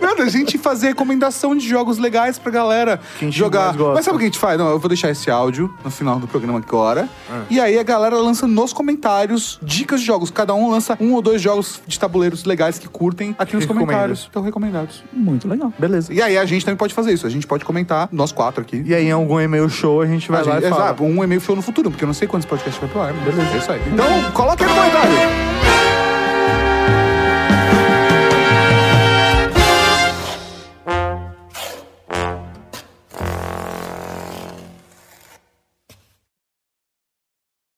Speaker 1: Não, da gente fazer recomendação de jogos legais pra galera
Speaker 8: Que a gente
Speaker 1: jogar.
Speaker 8: mais gosta.
Speaker 1: Mas sabe o que a gente faz? Não, eu vou deixar esse áudio no final do programa agora.
Speaker 8: Ah.
Speaker 1: E aí a galera lança nos comentários dicas de jogos. Cada um lança um ou dois jogos de tabuleiros legais que curtem aqui nos
Speaker 8: Que recomenda.
Speaker 1: comentários. Estão recomendados.
Speaker 4: Muito legal.
Speaker 8: Beleza.
Speaker 1: E aí a gente também pode fazer isso. A gente pode comentar, nós quatro aqui.
Speaker 8: E aí, em algum e-mail show, a gente vai
Speaker 1: A
Speaker 8: lá
Speaker 1: gente-
Speaker 8: e fala.
Speaker 1: exato, um e-mail show no futuro, porque eu não sei quantos podcasts vai pro ar. Beleza, é isso aí. Então, coloca aí no comentário.